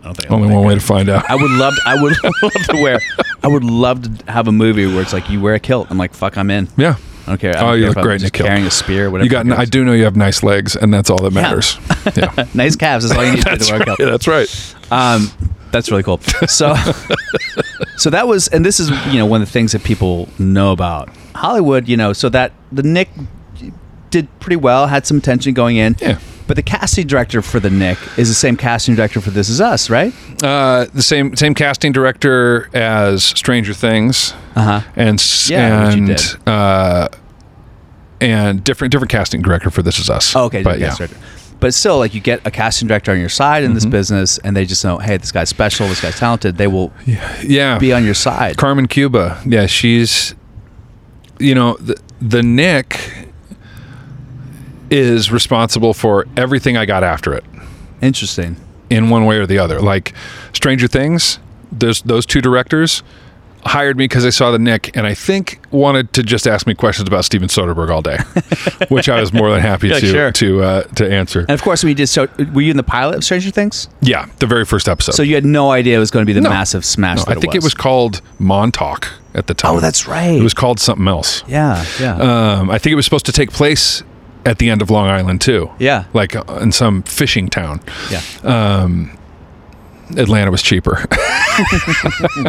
Speaker 1: I don't think. I
Speaker 2: Only
Speaker 1: look
Speaker 2: one
Speaker 1: that
Speaker 2: way
Speaker 1: good.
Speaker 2: to find out.
Speaker 1: I would love. To, I would love to wear. I would love to have a movie where it's like you wear a kilt. I'm like, fuck, I'm in.
Speaker 2: yeah.
Speaker 1: I don't care. I
Speaker 2: Oh,
Speaker 1: don't
Speaker 2: you
Speaker 1: care
Speaker 2: look
Speaker 1: if I'm
Speaker 2: great in a
Speaker 1: just
Speaker 2: kilt.
Speaker 1: Carrying a spear, whatever.
Speaker 2: You got
Speaker 1: it
Speaker 2: I
Speaker 1: is.
Speaker 2: do know you have nice legs and that's all that matters. Yeah.
Speaker 1: nice calves. That's all you need to do to wear a kilt.
Speaker 2: Yeah, that's right.
Speaker 1: Um, that's really cool. So, so that was, and this is you know one of the things that people know about Hollywood. You know, so that the Nick did pretty well, had some tension going in.
Speaker 2: Yeah.
Speaker 1: But the casting director for the Nick is the same casting director for This Is Us, right?
Speaker 2: Uh, the same same casting director as Stranger Things,
Speaker 1: Uh-huh.
Speaker 2: and s-
Speaker 1: Yeah, which you
Speaker 2: and
Speaker 1: did.
Speaker 2: uh, and different different casting director for This Is Us.
Speaker 1: Oh, okay,
Speaker 2: but
Speaker 1: yeah.
Speaker 2: yeah, Mm-hmm.
Speaker 1: director. But still, like you get a casting director on your side in this business, and they just know, hey, this guy's special, this guy's talented. They will
Speaker 2: yeah.
Speaker 1: be on your side.
Speaker 2: Carmen Cuba, yeah, she's you know the, the Nick is responsible for everything I got after it.
Speaker 1: Interesting.
Speaker 2: in one way or the other. Like Stranger Things, those those two directors hired me because they saw the Nick, and I think wanted to just ask me questions about Steven Soderbergh all day, which I was more than happy
Speaker 1: Yeah,
Speaker 2: to
Speaker 1: sure.
Speaker 2: to uh, to answer.
Speaker 1: And of course, we did. So, were you in the pilot of Stranger Things?
Speaker 2: Yeah, the very first episode.
Speaker 1: So you had no idea it was going to be the
Speaker 2: No.
Speaker 1: massive smash.
Speaker 2: No,
Speaker 1: that
Speaker 2: I think it was called Montauk at the time.
Speaker 1: Oh, that's right.
Speaker 2: It was called something else.
Speaker 1: Yeah, yeah.
Speaker 2: Um, I think it was supposed to take place at the end of Long Island too.
Speaker 1: Yeah.
Speaker 2: like uh, in some fishing town.
Speaker 1: yeah.
Speaker 2: Atlanta was cheaper. um,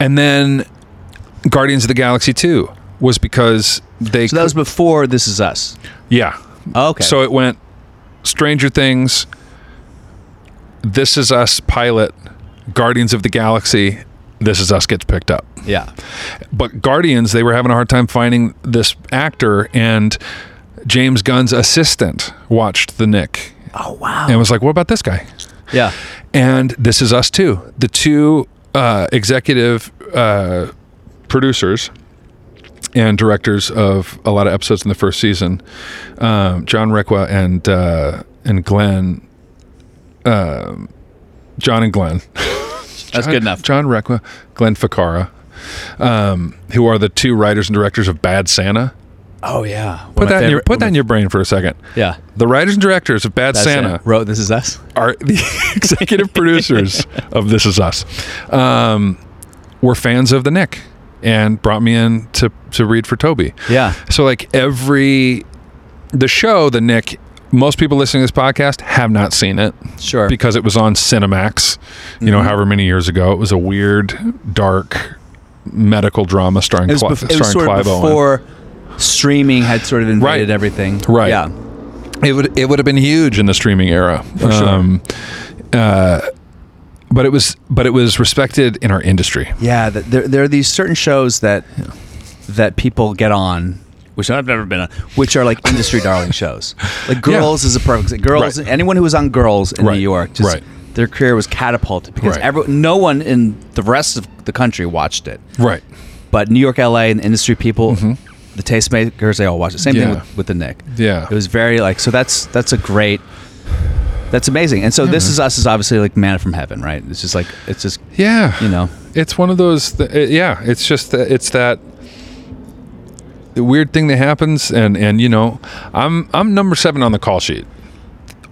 Speaker 2: and then Guardians of the Galaxy 2 was because they.
Speaker 1: so that was before This Is Us.
Speaker 2: yeah.
Speaker 1: Oh, okay.
Speaker 2: So it went Stranger Things, This Is Us pilot, Guardians of the Galaxy, This Is Us gets picked up.
Speaker 1: yeah.
Speaker 2: But Guardians, they were having a hard time finding this actor, and James Gunn's assistant watched The Nick
Speaker 1: Oh wow.
Speaker 2: and was like, what about this guy?
Speaker 1: Yeah.
Speaker 2: and this is us too. The two uh, executive uh, producers and directors of a lot of episodes in the first season, um, John Requa and uh, and Glenn, um John and Glenn.
Speaker 1: That's good enough.
Speaker 2: John Requa, Glenn Ficarra, um, who are the two writers and directors of Bad Santa.
Speaker 1: Oh yeah.
Speaker 2: Put that in your put that in your brain for a second.
Speaker 1: Yeah.
Speaker 2: The writers and directors of Bad
Speaker 1: That's
Speaker 2: Santa
Speaker 1: Santa wrote This Is Us.
Speaker 2: are the executive producers of This Is Us um, were fans of the Nick and brought me in to to read for Toby.
Speaker 1: Yeah.
Speaker 2: So like every the show, the Nick. Most people listening to this podcast have not seen it
Speaker 1: Sure. Mm-hmm.
Speaker 2: because it was on Cinemax, you know, however many years ago. It was a weird, dark medical drama starring,
Speaker 1: it was,
Speaker 2: Cli-
Speaker 1: bef- it was
Speaker 2: starring
Speaker 1: sort of
Speaker 2: Clive Owen.
Speaker 1: before streaming had sort of invaded
Speaker 2: Right.
Speaker 1: everything.
Speaker 2: Right.
Speaker 1: Yeah.
Speaker 2: It would it would have been huge in the streaming era. um,
Speaker 1: sure.
Speaker 2: uh, but it was but it was respected in our industry.
Speaker 1: Yeah. th there, there are these certain shows that that people get on. Which I've never been on, which are like industry darling shows. Like Girls is a perfect. Girls,
Speaker 2: Right.
Speaker 1: anyone who was on Girls in
Speaker 2: Right.
Speaker 1: New York, just
Speaker 2: Right.
Speaker 1: their career was catapulted because
Speaker 2: Right.
Speaker 1: every, no one in the rest of the country watched it.
Speaker 2: Right.
Speaker 1: but New York, LA, and the industry people, the tastemakers, they all watch it. Same
Speaker 2: Mm-hmm.
Speaker 1: thing
Speaker 2: Yeah.
Speaker 1: with, with the Nick.
Speaker 2: Yeah.
Speaker 1: it was very like so. That's that's a great. That's amazing. And so this is us is obviously like manna from heaven, right? It's just like it's just
Speaker 2: Yeah.
Speaker 1: you know
Speaker 2: It's one of those. Th- it- yeah. It's just that it's that the weird thing that happens, and and you know, I'm I'm number seven on the call sheet.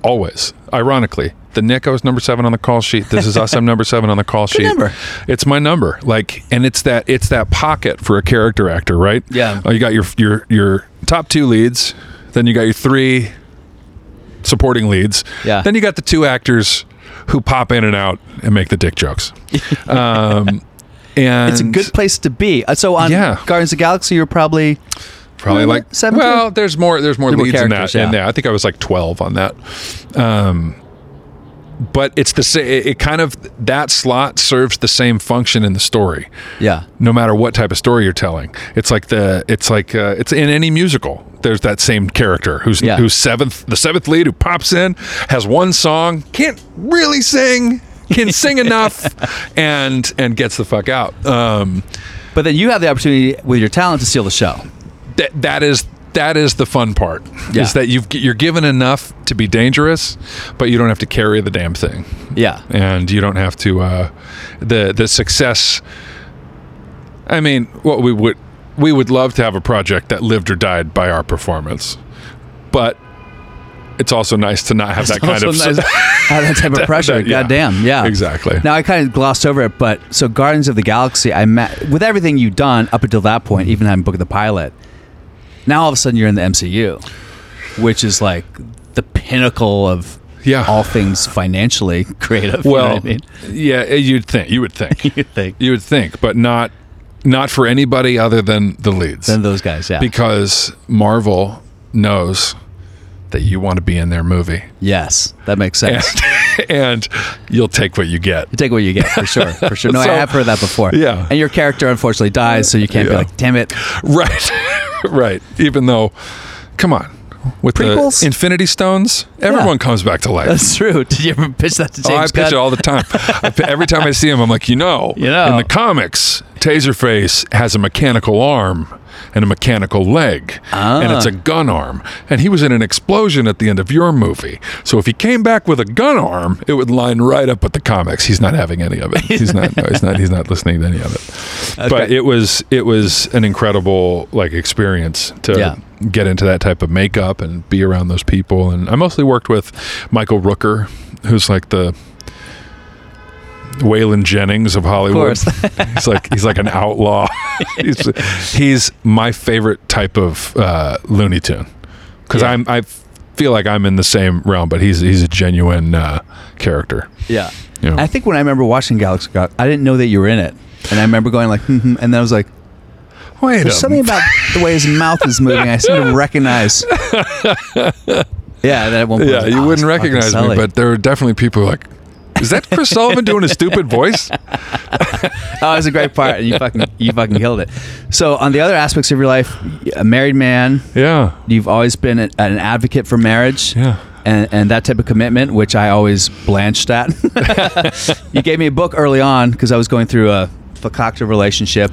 Speaker 2: always. Ironically, the Nick was number seven on the call sheet. This is us. I'm number seven on the call sheet.
Speaker 1: number.
Speaker 2: It's my number. Like, and it's that it's that pocket for a character actor, right?
Speaker 1: Yeah.
Speaker 2: Uh, you got your your your top two leads, then you got your three supporting leads.
Speaker 1: Yeah.
Speaker 2: Then you got the two actors who pop in and out and make the dick jokes. um, and
Speaker 1: It's a good place to be. Uh, So on
Speaker 2: Yeah.
Speaker 1: Guardians of the Galaxy, you're probably
Speaker 2: probably
Speaker 1: Mm,
Speaker 2: like
Speaker 1: seven,
Speaker 2: well there's more there's more
Speaker 1: There were
Speaker 2: leads in that
Speaker 1: characters, yeah.
Speaker 2: in that i think i was like 12 on that um but it's the same it, it kind of that slot serves the same function in the story
Speaker 1: yeah.
Speaker 2: no matter what type of story you're telling it's like the it's like uh, it's in any musical there's that same character who's
Speaker 1: Yeah.
Speaker 2: who's seventh the seventh lead who pops in has one song can't really sing can sing enough and and gets the fuck out um
Speaker 1: But then you have the opportunity with your talent to steal the show.
Speaker 2: that that is that is the fun part
Speaker 1: Yeah.
Speaker 2: is that you've you're given enough to be dangerous but you don't have to carry the damn thing
Speaker 1: Yeah.
Speaker 2: and you don't have to uh the the success i mean what we would we would love to have a project that lived or died by our performance but it's also nice to not have that kind of
Speaker 1: Also nice- have that type of pressure.
Speaker 2: that- yeah.
Speaker 1: Goddamn. Yeah.
Speaker 2: Exactly.
Speaker 1: Now I kind of glossed over it, but so Guardians of the Galaxy, I met with everything you've done up until that point, even having booked the pilot. Now all of a sudden you're in the MCU, which is like the pinnacle of
Speaker 2: Yeah.
Speaker 1: all things financially creative. you know
Speaker 2: well
Speaker 1: what I mean?
Speaker 2: yeah eh, you'd think you would think
Speaker 1: you think
Speaker 2: you would think but not not for anybody other than the leads
Speaker 1: than those guys? Yeah.
Speaker 2: because Marvel knows that you want to be in their movie,
Speaker 1: yes, that makes sense.
Speaker 2: and you'll take what you get.
Speaker 1: You take what you get for sure, for sure. No,
Speaker 2: So-
Speaker 1: I have heard that before.
Speaker 2: Yeah.
Speaker 1: and your character unfortunately dies, so you can't be
Speaker 2: Yeah.
Speaker 1: like, "Damn it!"
Speaker 2: Right, right. Even though, come on, with
Speaker 1: Prequels?
Speaker 2: the Infinity Stones, everyone comes back to life.
Speaker 1: That's true. Did you ever pitch that to James
Speaker 2: Oh, I pitch
Speaker 1: Gunn?
Speaker 2: it all the time. I pi- every time I see him, I'm like, you know,
Speaker 1: You know.
Speaker 2: in the comics, Taserface has a mechanical arm and a mechanical leg, and it's a
Speaker 1: Ah.
Speaker 2: gun arm. And he was in an explosion at the end of your movie. So if he came back with a gun arm, it would line right up with the comics. He's not having any of it. He's not. No, he's not. He's not listening to any of it. But it was it was an incredible like experience to
Speaker 1: Yeah.
Speaker 2: get into that type of makeup and be around those people. And I mostly worked with Michael Rooker, who's like the Waylon Jennings of Hollywood.
Speaker 1: course.
Speaker 2: he's like he's like an outlaw. he's, he's my favorite type of uh, Looney Tune because
Speaker 1: Yeah.
Speaker 2: I'm I feel like I'm in the same realm, but he's he's a genuine uh, character.
Speaker 1: Yeah.
Speaker 2: Yeah.
Speaker 1: I think when I remember watching Galaxy God, I didn't know that you were in it. And I remember going like, mm-hmm, and then I was like,
Speaker 2: Wait,
Speaker 1: there's something about the way his mouth is moving I seem to recognize. yeah, and then at one point, I was
Speaker 2: yeah,
Speaker 1: like,
Speaker 2: you
Speaker 1: "Oh, it's
Speaker 2: wouldn't
Speaker 1: fucking
Speaker 2: recognize me,
Speaker 1: Sully."
Speaker 2: but there are definitely people who are like, is that Chris Sullivan doing a stupid voice?
Speaker 1: oh, it was a great part, and you fucking you fucking killed it. So on the other aspects of your life, a married man,
Speaker 2: Yeah,
Speaker 1: you've always been an an advocate for marriage.
Speaker 2: Yeah.
Speaker 1: And, and that type of commitment, which I always blanched at. you gave me a book early on because I was going through a fucked relationship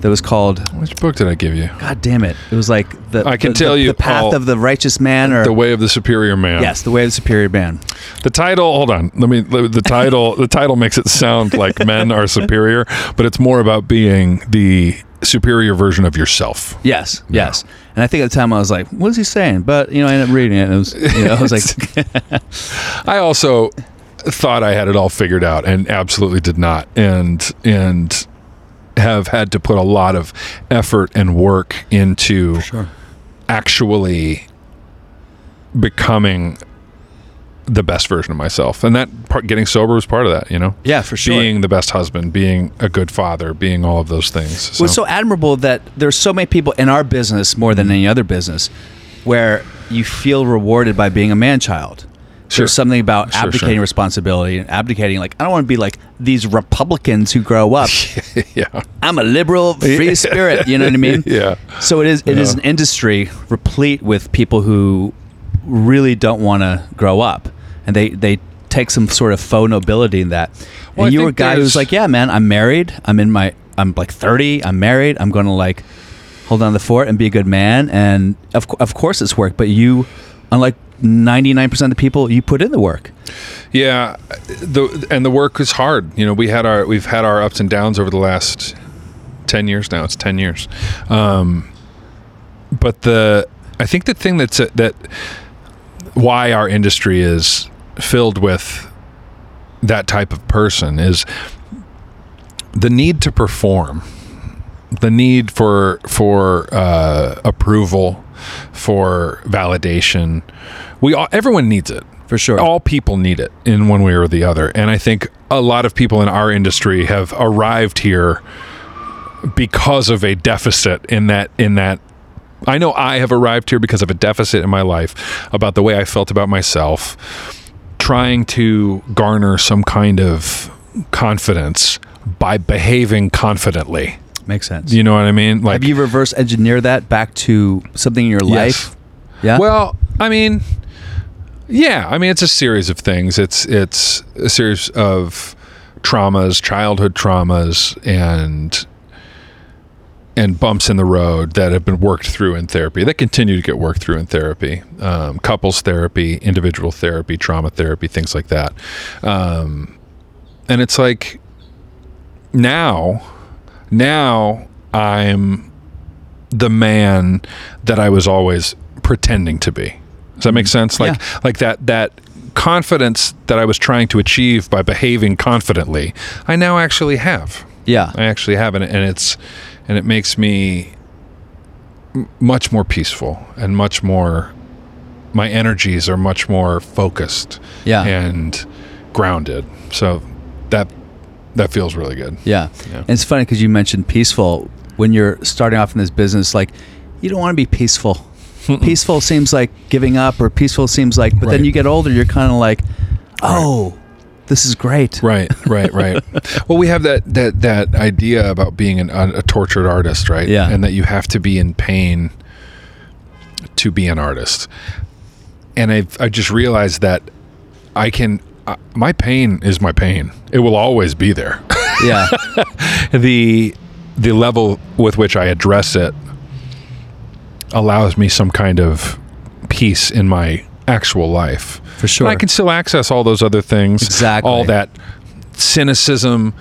Speaker 1: that was called
Speaker 2: which book did I give you?
Speaker 1: God damn it! It was like the
Speaker 2: I can
Speaker 1: the-
Speaker 2: tell
Speaker 1: the,
Speaker 2: you
Speaker 1: the path
Speaker 2: all-
Speaker 1: of the righteous man, or
Speaker 2: The Way of the Superior Man.
Speaker 1: yes, the way of the superior man.
Speaker 2: The title, hold on. Let me the the title the title makes it sound like men are superior, but it's more about being the superior version of yourself.
Speaker 1: Yes, yes. And I think at the time I was like, "What is he saying?" But you know, I ended up reading it, and it was you know, I was like,
Speaker 2: I also thought I had it all figured out and absolutely did not and and have had to put a lot of effort and work into actually becoming the best version of myself. And that part getting sober was part of that, you know.
Speaker 1: "Yeah, for sure."
Speaker 2: Being the best husband, being a good father, being all of those things.
Speaker 1: Well, it's so admirable that there's so many people in our business more than
Speaker 2: Mm-hmm.
Speaker 1: any other business where you feel rewarded by being a man child.
Speaker 2: Sure.
Speaker 1: There's something about
Speaker 2: Sure,
Speaker 1: abdicating
Speaker 2: sure.
Speaker 1: responsibility and abdicating, like, I don't want to be like these Republicans who grow up.
Speaker 2: yeah.
Speaker 1: I'm a liberal free spirit. You know what I mean?
Speaker 2: Yeah.
Speaker 1: So it is. It is
Speaker 2: Yeah.
Speaker 1: an industry replete with people who really don't want to grow up, and they they take some sort of faux nobility in that.
Speaker 2: Well,
Speaker 1: and
Speaker 2: I
Speaker 1: you were a
Speaker 2: think
Speaker 1: guy who's
Speaker 2: there's-
Speaker 1: like, yeah, man, I'm married. I'm in my. I'm like 30. I'm married. I'm going to like hold on to the fort and be a good man. And of cou- of course it's work, but you, unlike 99% of the people, you put in the work.
Speaker 2: Yeah, the and the work is hard. You know, we had our we've had our ups and downs over the last ten years now. It's ten years, um, but the I think the thing that's that uh, why our industry is filled with that type of person is the need to perform the need for for uh, approval for validation we all everyone needs it
Speaker 1: For sure.
Speaker 2: all people need it in one way or the other and i think a lot of people in our industry have arrived here because of a deficit in that in that I know I have arrived here because of a deficit in my life about the way I felt about myself trying to garner some kind of confidence by behaving confidently.
Speaker 1: Makes sense.
Speaker 2: You know what I mean? Like
Speaker 1: Have you reverse engineered that back to something in your
Speaker 2: Yes.
Speaker 1: life? Yeah.
Speaker 2: Well, I mean, yeah, I mean it's a series of things. It's it's a series of traumas, childhood traumas, and and bumps in the road that have been worked through in therapy. That continue to get worked through in therapy, um, couples therapy, individual therapy, trauma therapy, things like that. Um, and it's like now, now I'm the man that I was always pretending to be. Does that make sense? Like like that that confidence that I was trying to achieve by behaving confidently, I now actually have.
Speaker 1: yeah.
Speaker 2: I actually have and, and it's and it makes me m- much more peaceful and much more my energies are much more focused
Speaker 1: Yeah.
Speaker 2: and grounded. So that that feels really good.
Speaker 1: Yeah. And it's funny because you mentioned peaceful. When you're starting off in this business, like, you don't want to be peaceful. peaceful seems like giving up, or peaceful seems like, but
Speaker 2: Right.
Speaker 1: then you get older, you're kind of like, oh, this is great.
Speaker 2: Right, right, right. well, we have that that that idea about being an, a tortured artist, right?
Speaker 1: Yeah.
Speaker 2: and that you have to be in pain to be an artist. And I I just realized that I can uh, my pain is my pain. It will always be there.
Speaker 1: Yeah.
Speaker 2: the the level with which I address it allows me some kind of peace in my actual life.
Speaker 1: For sure.
Speaker 2: And I can still access all those other things.
Speaker 1: Exactly.
Speaker 2: All that cynicism,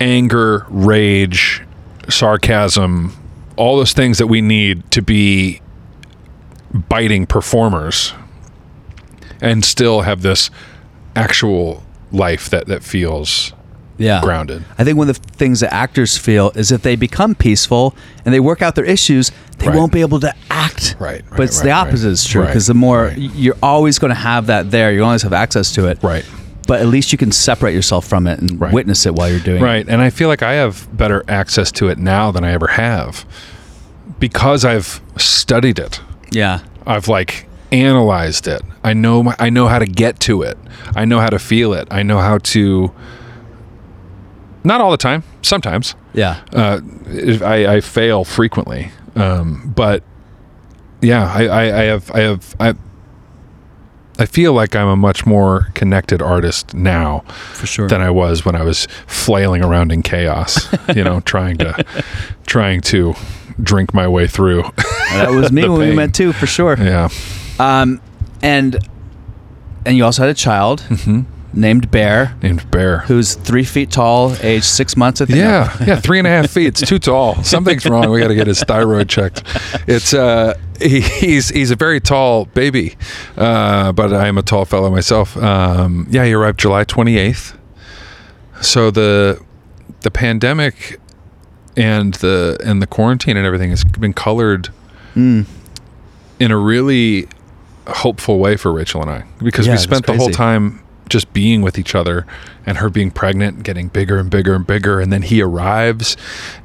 Speaker 2: anger, rage, sarcasm, all those things that we need to be biting performers and still have this actual life that, that feels
Speaker 1: Yeah.
Speaker 2: grounded.
Speaker 1: I think one of the things that actors feel is if they become peaceful and they work out their issues, they
Speaker 2: Right.
Speaker 1: won't be able to act.
Speaker 2: Right, right,
Speaker 1: but it's the
Speaker 2: right,
Speaker 1: opposite
Speaker 2: right.
Speaker 1: is true
Speaker 2: Right,
Speaker 1: because the more
Speaker 2: right.
Speaker 1: you're always going to have that there, you always have access to it.
Speaker 2: Right.
Speaker 1: But at least you can separate yourself from it and
Speaker 2: Right.
Speaker 1: witness it while you're doing it.
Speaker 2: Right. And I feel like I have better access to it now than I ever have because I've studied it.
Speaker 1: Yeah.
Speaker 2: I've like analyzed it. I know my, I know how to get to it. I know how to feel it. I know how to not all the time, sometimes.
Speaker 1: Yeah.
Speaker 2: Uh, if I, I fail frequently. Um, but yeah, I, I, I have I have I I feel like I'm a much more connected artist now
Speaker 1: for sure.
Speaker 2: than I was when I was flailing around in chaos, you know, trying to trying to drink my way through.
Speaker 1: that was me
Speaker 2: the
Speaker 1: when we
Speaker 2: pain.
Speaker 1: met too, for sure.
Speaker 2: yeah.
Speaker 1: Um, and and you also had a child
Speaker 2: Mm-hmm.
Speaker 1: named Bear,
Speaker 2: Named Bear.
Speaker 1: who's three feet tall, aged six months. I think.
Speaker 2: yeah, yeah, three and a half feet. It's too tall. Something's wrong. We got to get his thyroid checked. It's uh, he, he's he's a very tall baby, uh, but I am a tall fellow myself. Um, yeah, he arrived July twenty eighth. So the the pandemic and the and the quarantine and everything has been colored
Speaker 1: Mm.
Speaker 2: in a really hopeful way for Rachel and I because
Speaker 1: Yeah,
Speaker 2: we
Speaker 1: that's
Speaker 2: spent the whole
Speaker 1: crazy.
Speaker 2: time just being with each other and her being pregnant getting bigger and bigger and bigger and then he arrives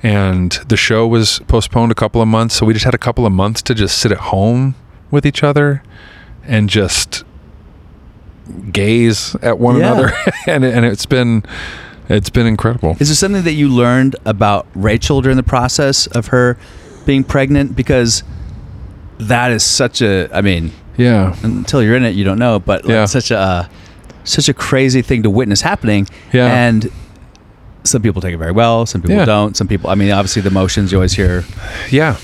Speaker 2: and the show was postponed a couple of months so we just had a couple of months to just sit at home with each other and just gaze at one
Speaker 1: Yeah.
Speaker 2: another and and it's been it's been incredible
Speaker 1: Is there something that you learned about Rachel during the process of her being pregnant? Because that is such a. I mean,
Speaker 2: yeah
Speaker 1: until you're in it, you don't know. But like,
Speaker 2: Yeah.
Speaker 1: such a uh, such a crazy thing to witness happening.
Speaker 2: Yeah.
Speaker 1: And some people take it very well. Some people
Speaker 2: Yeah.
Speaker 1: don't. Some people. I mean, obviously the emotions you always hear
Speaker 2: yeah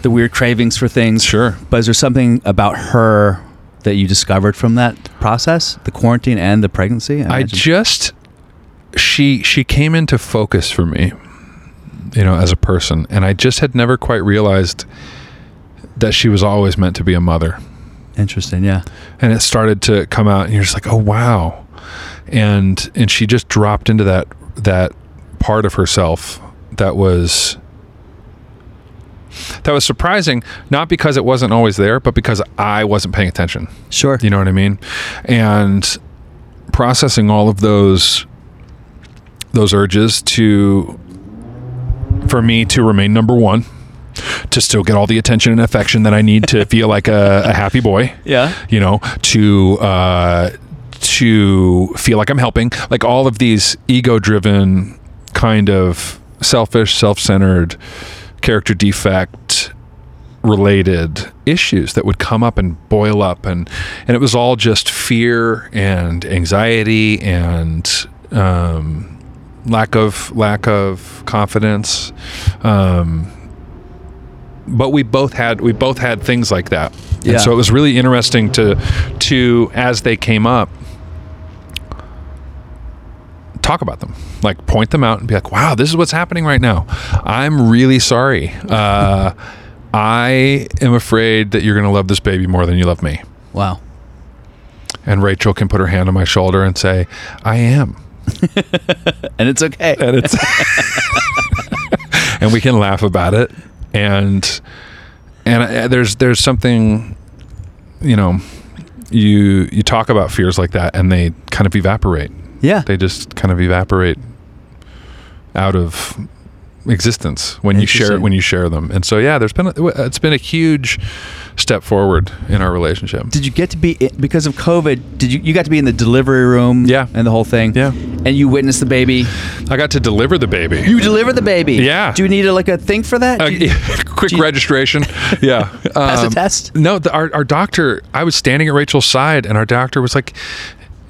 Speaker 1: the weird cravings for things.
Speaker 2: Sure.
Speaker 1: But is there something about her that you discovered from that process, the quarantine and the pregnancy?
Speaker 2: I
Speaker 1: imagine?
Speaker 2: just she she came into focus for me, you know, as a person, and I just had never quite realized that she was always meant to be a mother.
Speaker 1: Interesting. Yeah.
Speaker 2: and it started to come out and you're just like oh wow and and she just dropped into that that part of herself that was that was surprising not because it wasn't always there but because i wasn't paying attention
Speaker 1: Sure.
Speaker 2: you know what I mean? And processing all of those those urges to for me to remain number one, to still get all the attention and affection that I need to feel like a, a happy boy.
Speaker 1: Yeah.
Speaker 2: You know, to uh, to feel like I'm helping, like all of these ego-driven kind of selfish, self-centered, character defect related issues that would come up and boil up and and it was all just fear and anxiety and um, lack of lack of confidence um, but we both had we both had things like that
Speaker 1: Yeah.
Speaker 2: and so it was really interesting to to as they came up talk about them like point them out and be like wow this is what's happening right now i'm really sorry uh, i am afraid that you're going to love this baby more than you love me
Speaker 1: Wow.
Speaker 2: and rachel can put her hand on my shoulder and say i am
Speaker 1: And it's okay.
Speaker 2: and it's and we can laugh about it and and I, there's there's something you know you you talk about fears like that and they kind of evaporate
Speaker 1: Yeah.
Speaker 2: they just kind of evaporate out of existence when you share
Speaker 1: Interesting.
Speaker 2: when you share them. And so yeah, there's been a, it's been a huge step forward in our relationship.
Speaker 1: did you get to be i- because of COVID? Did you you got to be in the delivery room?
Speaker 2: Yeah.
Speaker 1: and the whole thing.
Speaker 2: Yeah.
Speaker 1: and you witnessed the baby.
Speaker 2: I got to deliver the baby.
Speaker 1: You deliver the baby.
Speaker 2: Yeah.
Speaker 1: Do you need a, like a thing for that?
Speaker 2: Uh,
Speaker 1: Do you-
Speaker 2: quick
Speaker 1: do you-
Speaker 2: registration. Yeah.
Speaker 1: Pass a
Speaker 2: Um,
Speaker 1: test?
Speaker 2: No, the, our, our doctor, I was standing at Rachel's side and our doctor was like,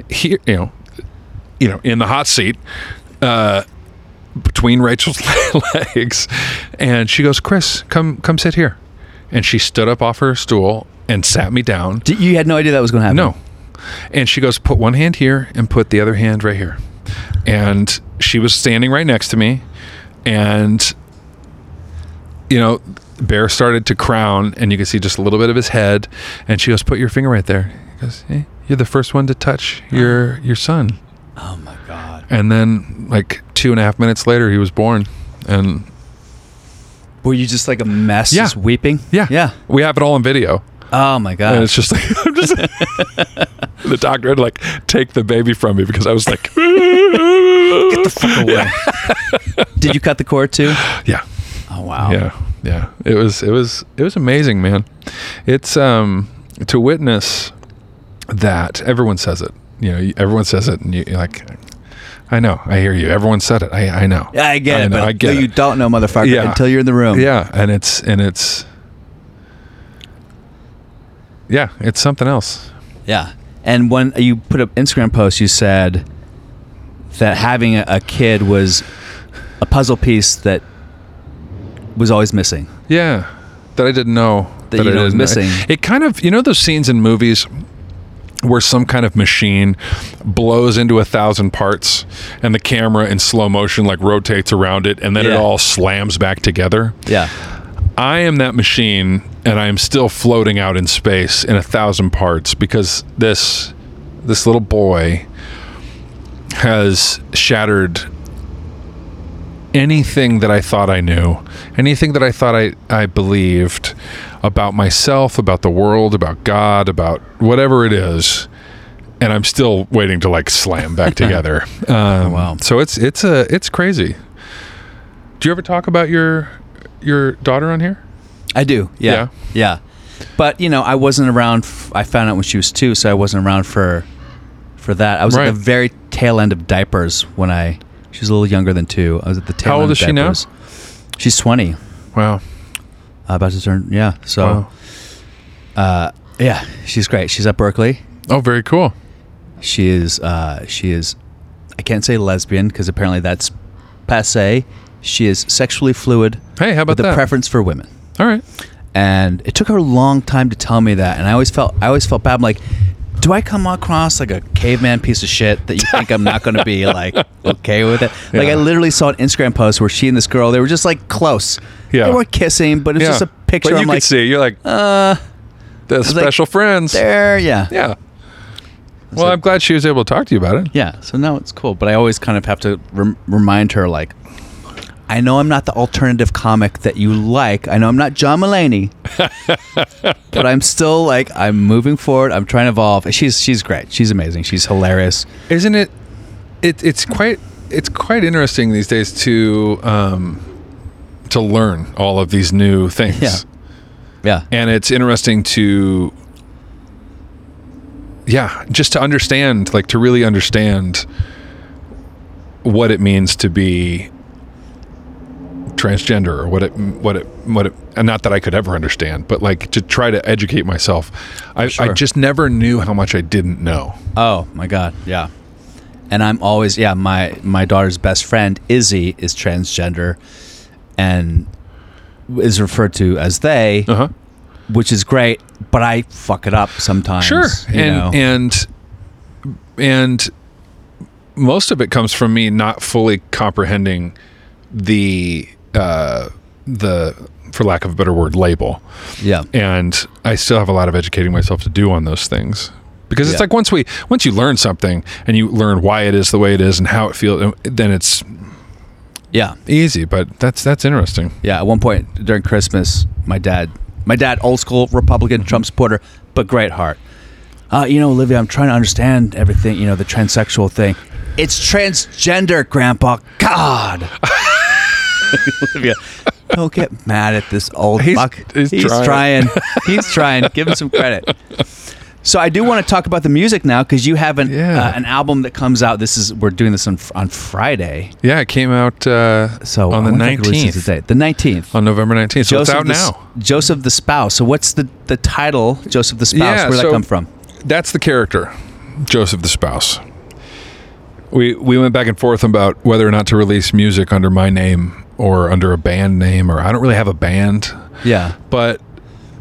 Speaker 2: here, you know, you know, in the hot seat, uh, between Rachel's legs. And she goes, Chris, come, come sit here. And she stood up off her stool and sat me down.
Speaker 1: Did- you had no idea that was going to happen.
Speaker 2: No. And she goes, put one hand here and put the other hand right here. And she was standing right next to me. And, you know, Bear started to crown, and you can see just a little bit of his head. And she goes, put your finger right there. He goes, eh, you're the first one to touch your, your son.
Speaker 1: Oh my god.
Speaker 2: And then, like, two and a half minutes later, he was born. And
Speaker 1: Were you just like a mess?
Speaker 2: Yeah.
Speaker 1: Just weeping.
Speaker 2: yeah,
Speaker 1: Yeah.
Speaker 2: we have it all on video.
Speaker 1: Oh my
Speaker 2: and
Speaker 1: god.
Speaker 2: it's just like I'm just the doctor had to, like take the baby from me because I was like,
Speaker 1: Away. Did you cut the cord too?
Speaker 2: yeah,
Speaker 1: Oh wow.
Speaker 2: yeah, yeah. It was it was it was amazing, man. It's um to witness that everyone says it. You know, you- everyone says it, and you you're like, I know, I hear you. Everyone said it. I I know.
Speaker 1: Yeah, I get it,
Speaker 2: know,
Speaker 1: but
Speaker 2: I get
Speaker 1: you
Speaker 2: it.
Speaker 1: don't know, motherfucker,
Speaker 2: Yeah.
Speaker 1: until you're in the room.
Speaker 2: Yeah, and it's and it's yeah, it's something else.
Speaker 1: Yeah. And when you put up Instagram post, you said that having a, a kid was a puzzle piece that was always missing.
Speaker 2: Yeah, that I didn't know
Speaker 1: That you
Speaker 2: I
Speaker 1: know was
Speaker 2: didn't know.
Speaker 1: missing.
Speaker 2: It kind of you know those scenes in movies where some kind of machine blows into a thousand parts and the camera in slow motion like rotates around it and then it
Speaker 1: Yeah.
Speaker 2: all slams back together.
Speaker 1: Yeah.
Speaker 2: I am that machine and I am still floating out in space in a thousand parts because this this little boy has shattered anything that I thought I knew, anything that I thought I, I believed about myself, about the world, about God, about whatever it is. And I'm still waiting to like slam back together. Um,
Speaker 1: Wow.
Speaker 2: So it's it's a it's crazy. Do you ever talk about your your daughter on here?
Speaker 1: I do. Yeah. Yeah. But, you know, I wasn't around f- I found out when she was 2, so I wasn't around for for that. I was at
Speaker 2: Right.
Speaker 1: the very tail end of diapers when I she was a little younger than 2. I was at the tail
Speaker 2: How
Speaker 1: end
Speaker 2: old
Speaker 1: of
Speaker 2: is she now?
Speaker 1: diapers. She's 20. uh,
Speaker 2: Wow.
Speaker 1: About to turn. Yeah. So
Speaker 2: Wow.
Speaker 1: uh yeah, she's great. She's at Berkeley.
Speaker 2: Oh, very cool.
Speaker 1: She is. Uh, she is. I can't say lesbian because apparently that's passe. She is sexually fluid.
Speaker 2: Hey, how about
Speaker 1: with a
Speaker 2: that?
Speaker 1: preference for women.
Speaker 2: All right.
Speaker 1: And it took her a long time to tell me that, and I always felt I always felt bad. I'm like, do I come across like a caveman piece of shit that you think I'm not going to be like okay with it? Like
Speaker 2: Yeah.
Speaker 1: I literally saw an Instagram post where she and this girl they were just like close.
Speaker 2: Yeah.
Speaker 1: They weren't kissing, but it's
Speaker 2: Yeah.
Speaker 1: just a picture.
Speaker 2: But you
Speaker 1: I'm uh,
Speaker 2: could
Speaker 1: like,
Speaker 2: see. You're like, the special friends.
Speaker 1: There, yeah.
Speaker 2: Yeah. Well, I'm glad she was able to talk to you about it.
Speaker 1: Yeah, so now it's cool, but I always kind of have to rem- remind her, like, I know I'm not the alternative comic that you like. I know I'm not John Mulaney, but I'm still like I'm moving forward. I'm trying to evolve. She's she's great. She's amazing. She's hilarious.
Speaker 2: Isn't it? It it's quite it's quite interesting these days to um, to learn all of these new things.
Speaker 1: Yeah. Yeah,
Speaker 2: and it's interesting to yeah just to understand like to really understand what it means to be transgender or what it what it what it and not that I could ever understand but like to try to educate myself I, I
Speaker 1: Sure.
Speaker 2: just never knew how much I didn't know
Speaker 1: Oh my god, yeah. And I'm always yeah, my my daughter's best friend Izzy is transgender and is referred to as they,
Speaker 2: uh-huh
Speaker 1: which is great, but I fuck it up sometimes.
Speaker 2: Sure,
Speaker 1: you
Speaker 2: and
Speaker 1: know.
Speaker 2: and and most of it comes from me not fully comprehending the uh, the, for lack of a better word, label.
Speaker 1: yeah.
Speaker 2: And I still have a lot of educating myself to do on those things because it's
Speaker 1: Yeah.
Speaker 2: like once we once you learn something and you learn why it is the way it is and how it feels, then it's
Speaker 1: Yeah.
Speaker 2: easy. But that's that's interesting.
Speaker 1: Yeah, at one point during Christmas, my dad, my dad, old school Republican Trump supporter, but great heart. Uh, you know, Olivia, I'm trying to understand everything. You know, the transsexual thing. It's transgender, Grandpa. God. Olivia, don't get mad at this old
Speaker 2: He's-
Speaker 1: fuck.
Speaker 2: he's trying.
Speaker 1: trying. He's trying. Give him some credit. So I do want to talk about the music now because you have an
Speaker 2: Yeah.
Speaker 1: uh, an album that comes out. This is we're doing this on on Friday.
Speaker 2: Yeah, it came out uh,
Speaker 1: So
Speaker 2: on
Speaker 1: I
Speaker 2: the
Speaker 1: wanna think it releases
Speaker 2: nineteenth.
Speaker 1: the date. The nineteenth.
Speaker 2: On November nineteenth, so it's out
Speaker 1: the,
Speaker 2: now.
Speaker 1: Joseph the spouse. So what's the the title? Joseph the spouse. Where did
Speaker 2: so
Speaker 1: that come from?
Speaker 2: That's the character, Joseph the spouse. We we went back and forth about whether or not to release music under my name or under a band name, or I don't really have a band,
Speaker 1: Yeah,
Speaker 2: but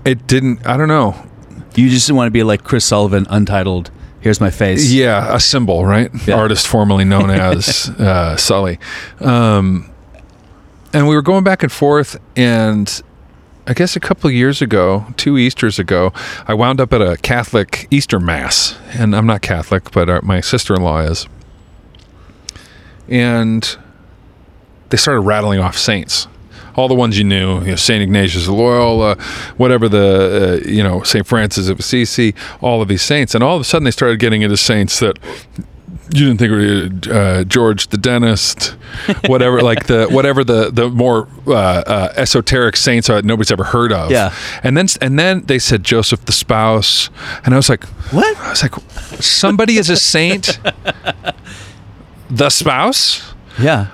Speaker 2: it didn't. I don't know.
Speaker 1: you just want to be like Chris Sullivan, untitled. Here's my face.
Speaker 2: Yeah, a symbol, right?
Speaker 1: Yeah.
Speaker 2: Artist formerly known as uh, Sully. Um, and we were going back and forth, and I guess a couple years ago, two Easter's ago, I wound up at a Catholic Easter Mass, and I'm not Catholic, but our, my sister-in-law is, and they started rattling off saints. All the ones you knew, you know, Saint Ignatius of Loyola, whatever the uh, you know Saint Francis of Assisi, all of these saints, and all of a sudden they started getting into saints that you didn't think were uh, George the dentist, whatever, like the whatever the the more uh, uh, esoteric saints are that nobody's ever heard of.
Speaker 1: Yeah.
Speaker 2: and then and then they said Joseph the spouse, and I was like,
Speaker 1: What?
Speaker 2: I was like, somebody is a saint, the spouse,
Speaker 1: Yeah.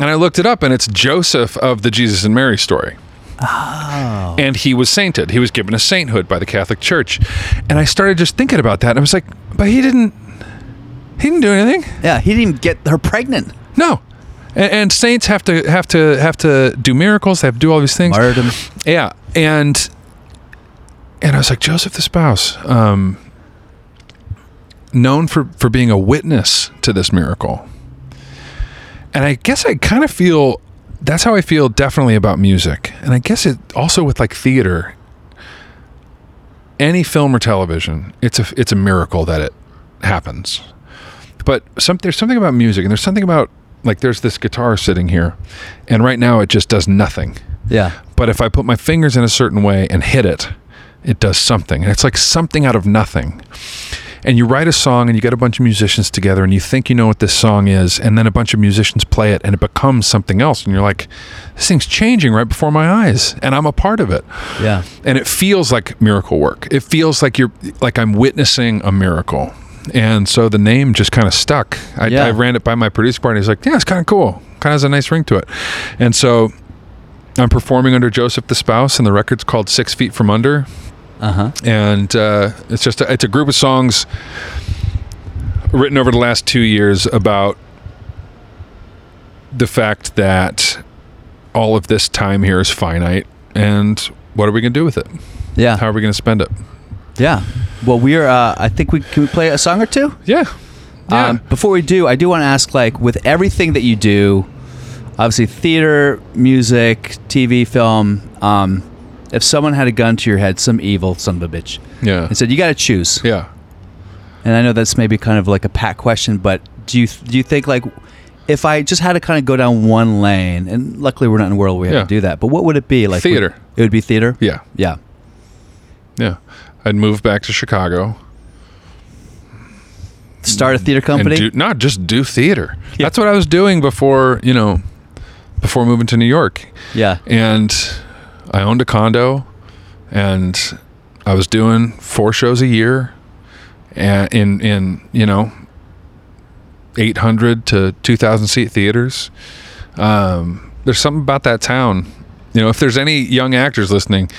Speaker 2: and I looked it up, and it's Joseph of the Jesus and Mary story. Oh. And he was sainted. He was given a sainthood by the Catholic Church. And I started just thinking about that. And I was like, but he didn't he didn't do anything.
Speaker 1: Yeah. He didn't even get her pregnant.
Speaker 2: No. And, and saints have to have to have to do miracles. They have to do all these things.
Speaker 1: Martyrdom.
Speaker 2: Yeah, and and I was like Joseph the spouse, um, known for for being a witness to this miracle. And I guess I kind of feel that's how I feel definitely about music, and I guess it also with like theater, any film or television. It's a it's a miracle that it happens, but some there's something about music, and there's something about like there's this guitar sitting here, and right now it just does nothing
Speaker 1: Yeah.
Speaker 2: but if I put my fingers in a certain way and hit it, it does something. And it's like something out of nothing. And you write a song and you get a bunch of musicians together and you think you know what this song is, and then a bunch of musicians play it and it becomes something else. And you're like, this thing's changing right before my eyes, and I'm a part of it.
Speaker 1: Yeah.
Speaker 2: And it feels like miracle work. It feels like you're like I'm witnessing a miracle. And so the name just kind of stuck. I,
Speaker 1: Yeah.
Speaker 2: I ran it by my producer partner. He's like, yeah, it's kind of cool. Kind of has a nice ring to it. And so I'm performing under Joseph the Spouse, and the record's called Six Feet From Under.
Speaker 1: Uh huh.
Speaker 2: And uh, it's just a, it's a group of songs written over the last two years about the fact that all of this time here is finite, and what are we going to do with it?
Speaker 1: Yeah.
Speaker 2: How are we going to spend it?
Speaker 1: Yeah. Well, we are. Uh, I think we can we play a song or two.
Speaker 2: Yeah, yeah.
Speaker 1: Um, before we do, I do want to ask, like, with everything that you do, obviously theater, music, TV, film, um, if someone had a gun to your head, some evil son of a bitch,
Speaker 2: Yeah.
Speaker 1: and said you got to choose,
Speaker 2: Yeah.
Speaker 1: and I know that's maybe kind of like a pat question, but do you do you think like if I just had to kind of go down one lane, and luckily we're not in a world where we have
Speaker 2: Yeah.
Speaker 1: to do that, but what would it be like?
Speaker 2: Theater.
Speaker 1: would- it would be theater.
Speaker 2: Yeah.
Speaker 1: Yeah.
Speaker 2: Yeah. I'd move back to Chicago
Speaker 1: Start a theater
Speaker 2: and
Speaker 1: company.
Speaker 2: do, not just do theater. That's what I was doing before, you know, before moving to New York.
Speaker 1: yeah.
Speaker 2: And I owned a condo and I was doing four shows a year and in in, you know, 800 to 2000 seat theaters. Um, there's something about that town. You know, if there's any young actors listening,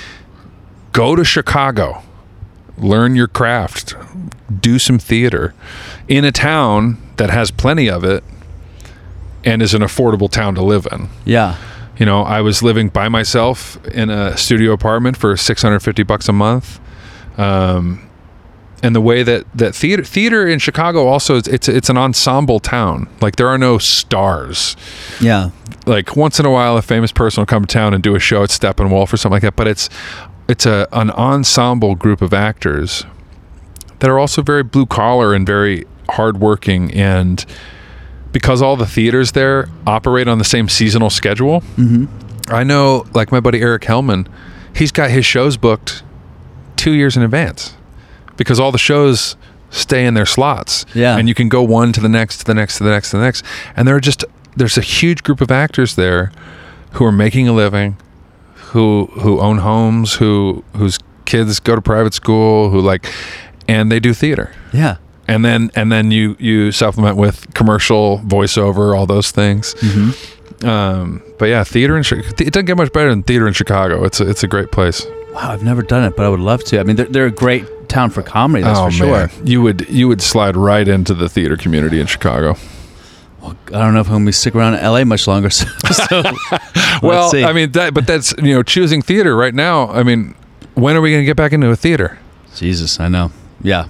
Speaker 2: go to Chicago. Learn your craft. Do some theater in a town that has plenty of it and is an affordable town to live in.
Speaker 1: Yeah.
Speaker 2: You know, I was living by myself in a studio apartment for 650 bucks a month. Um, and the way that, that theater theater in Chicago also is it's it's an ensemble town. Like there are no stars.
Speaker 1: Yeah.
Speaker 2: Like once in a while, a famous person will come to town and do a show at Steppenwolf or something like that. But it's it's a an ensemble group of actors that are also very blue collar and very hardworking. And because all the theaters there operate on the same seasonal schedule, I know, like my buddy Eric Hellman, he's got his shows booked two years in advance because all the shows stay in their slots.
Speaker 1: Yeah.
Speaker 2: And you can go one to the next, to the next, to the next, to the next. And there are just, there's a huge group of actors there who are making a living, who who own homes, who whose kids go to private school, who like, and they do theater,
Speaker 1: Yeah.
Speaker 2: and then and then you you supplement with commercial voiceover, all those things.
Speaker 1: Mm-hmm.
Speaker 2: Um, but yeah, theater in Chi- it doesn't get much better than theater in Chicago. It's a, it's a great place.
Speaker 1: Wow, I've never done it, but I would love to. I mean, they're, they're a great town for comedy,
Speaker 2: Oh,
Speaker 1: that's for sure.
Speaker 2: you would you would slide right into the theater community in Chicago.
Speaker 1: I don't know if I'm going to stick around in LA much longer. So, so
Speaker 2: well,
Speaker 1: let's see.
Speaker 2: I mean that, but that's you know choosing theater right now. I mean, when are we going to get back into a theater?
Speaker 1: Jesus, I know. Yeah.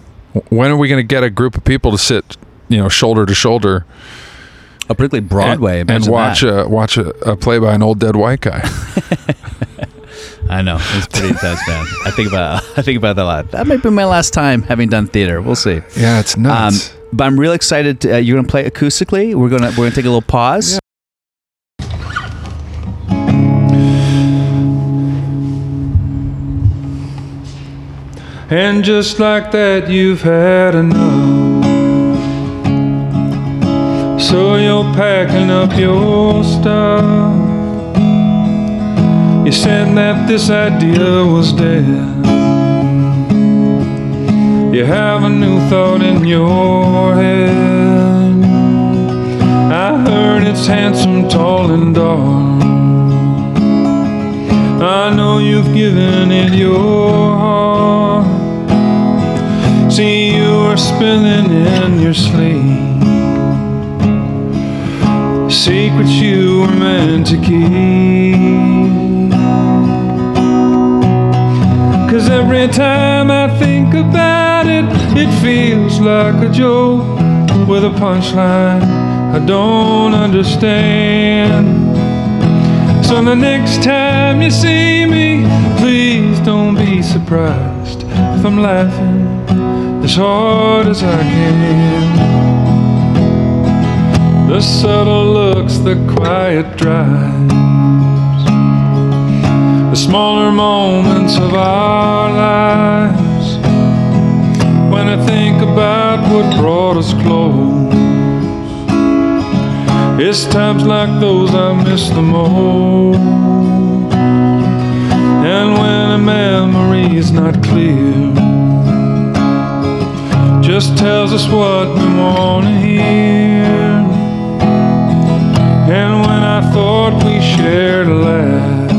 Speaker 2: When are we going to get a group of people to sit, you know, shoulder to shoulder
Speaker 1: Oh, particularly Broadway.
Speaker 2: and, and
Speaker 1: imagine
Speaker 2: watch
Speaker 1: that.
Speaker 2: a watch a, a play by an old dead white guy?
Speaker 1: I know. It's pretty intense, man. I think about I think about that a lot. That might be my last time having done theater. We'll see.
Speaker 2: yeah, it's
Speaker 1: Um,
Speaker 2: nuts.
Speaker 1: but I'm real excited. To, uh, you're going to play acoustically. We're going to we're going to take a little pause.
Speaker 2: And just like that, you've had enough. So you're packing up your stuff. You said that this idea was dead. You have a new thought in your head. I heard it's handsome, tall, and dark. I know you've given it your heart. See, you are spilling in your sleep. Secrets you were meant to keep. Cause every time I think about it, it feels like a joke with a punchline I don't understand. So the next time you see me, please don't be surprised if I'm laughing as hard as I can. The subtle looks, the quiet drives, the smaller moments of our lives. When I think about what brought us close. It's times like those I miss the most. And when a memory is not clear, just tells us what we want to hear. And when I thought we shared a laugh,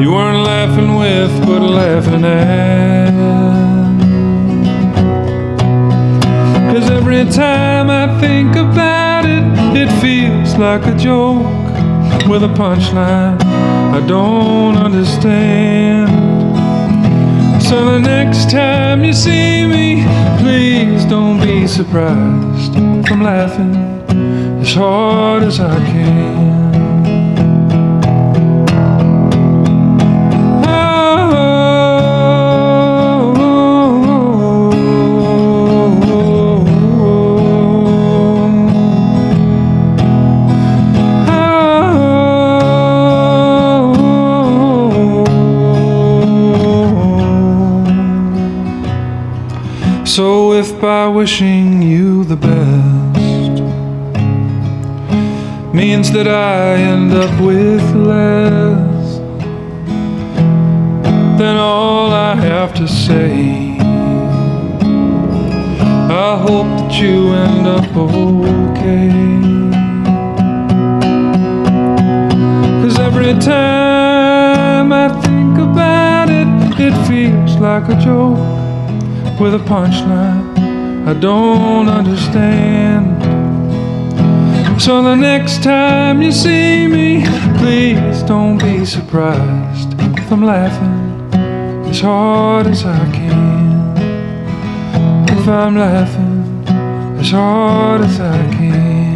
Speaker 2: you weren't laughing with, but laughing at. Cause every time I think about it, it feels like a joke with a punchline I don't understand. So the next time you see me, please don't be surprised if I'm laughing as hard as I can.
Speaker 4: wishing you the best means that I end up with less than all I have to say. I hope that you end up okay. Cause every time I think about it, it feels like a joke with a punchline I don't understand. So the next time you see me, please don't be surprised if I'm laughing as hard as I can. If I'm laughing as hard as I can.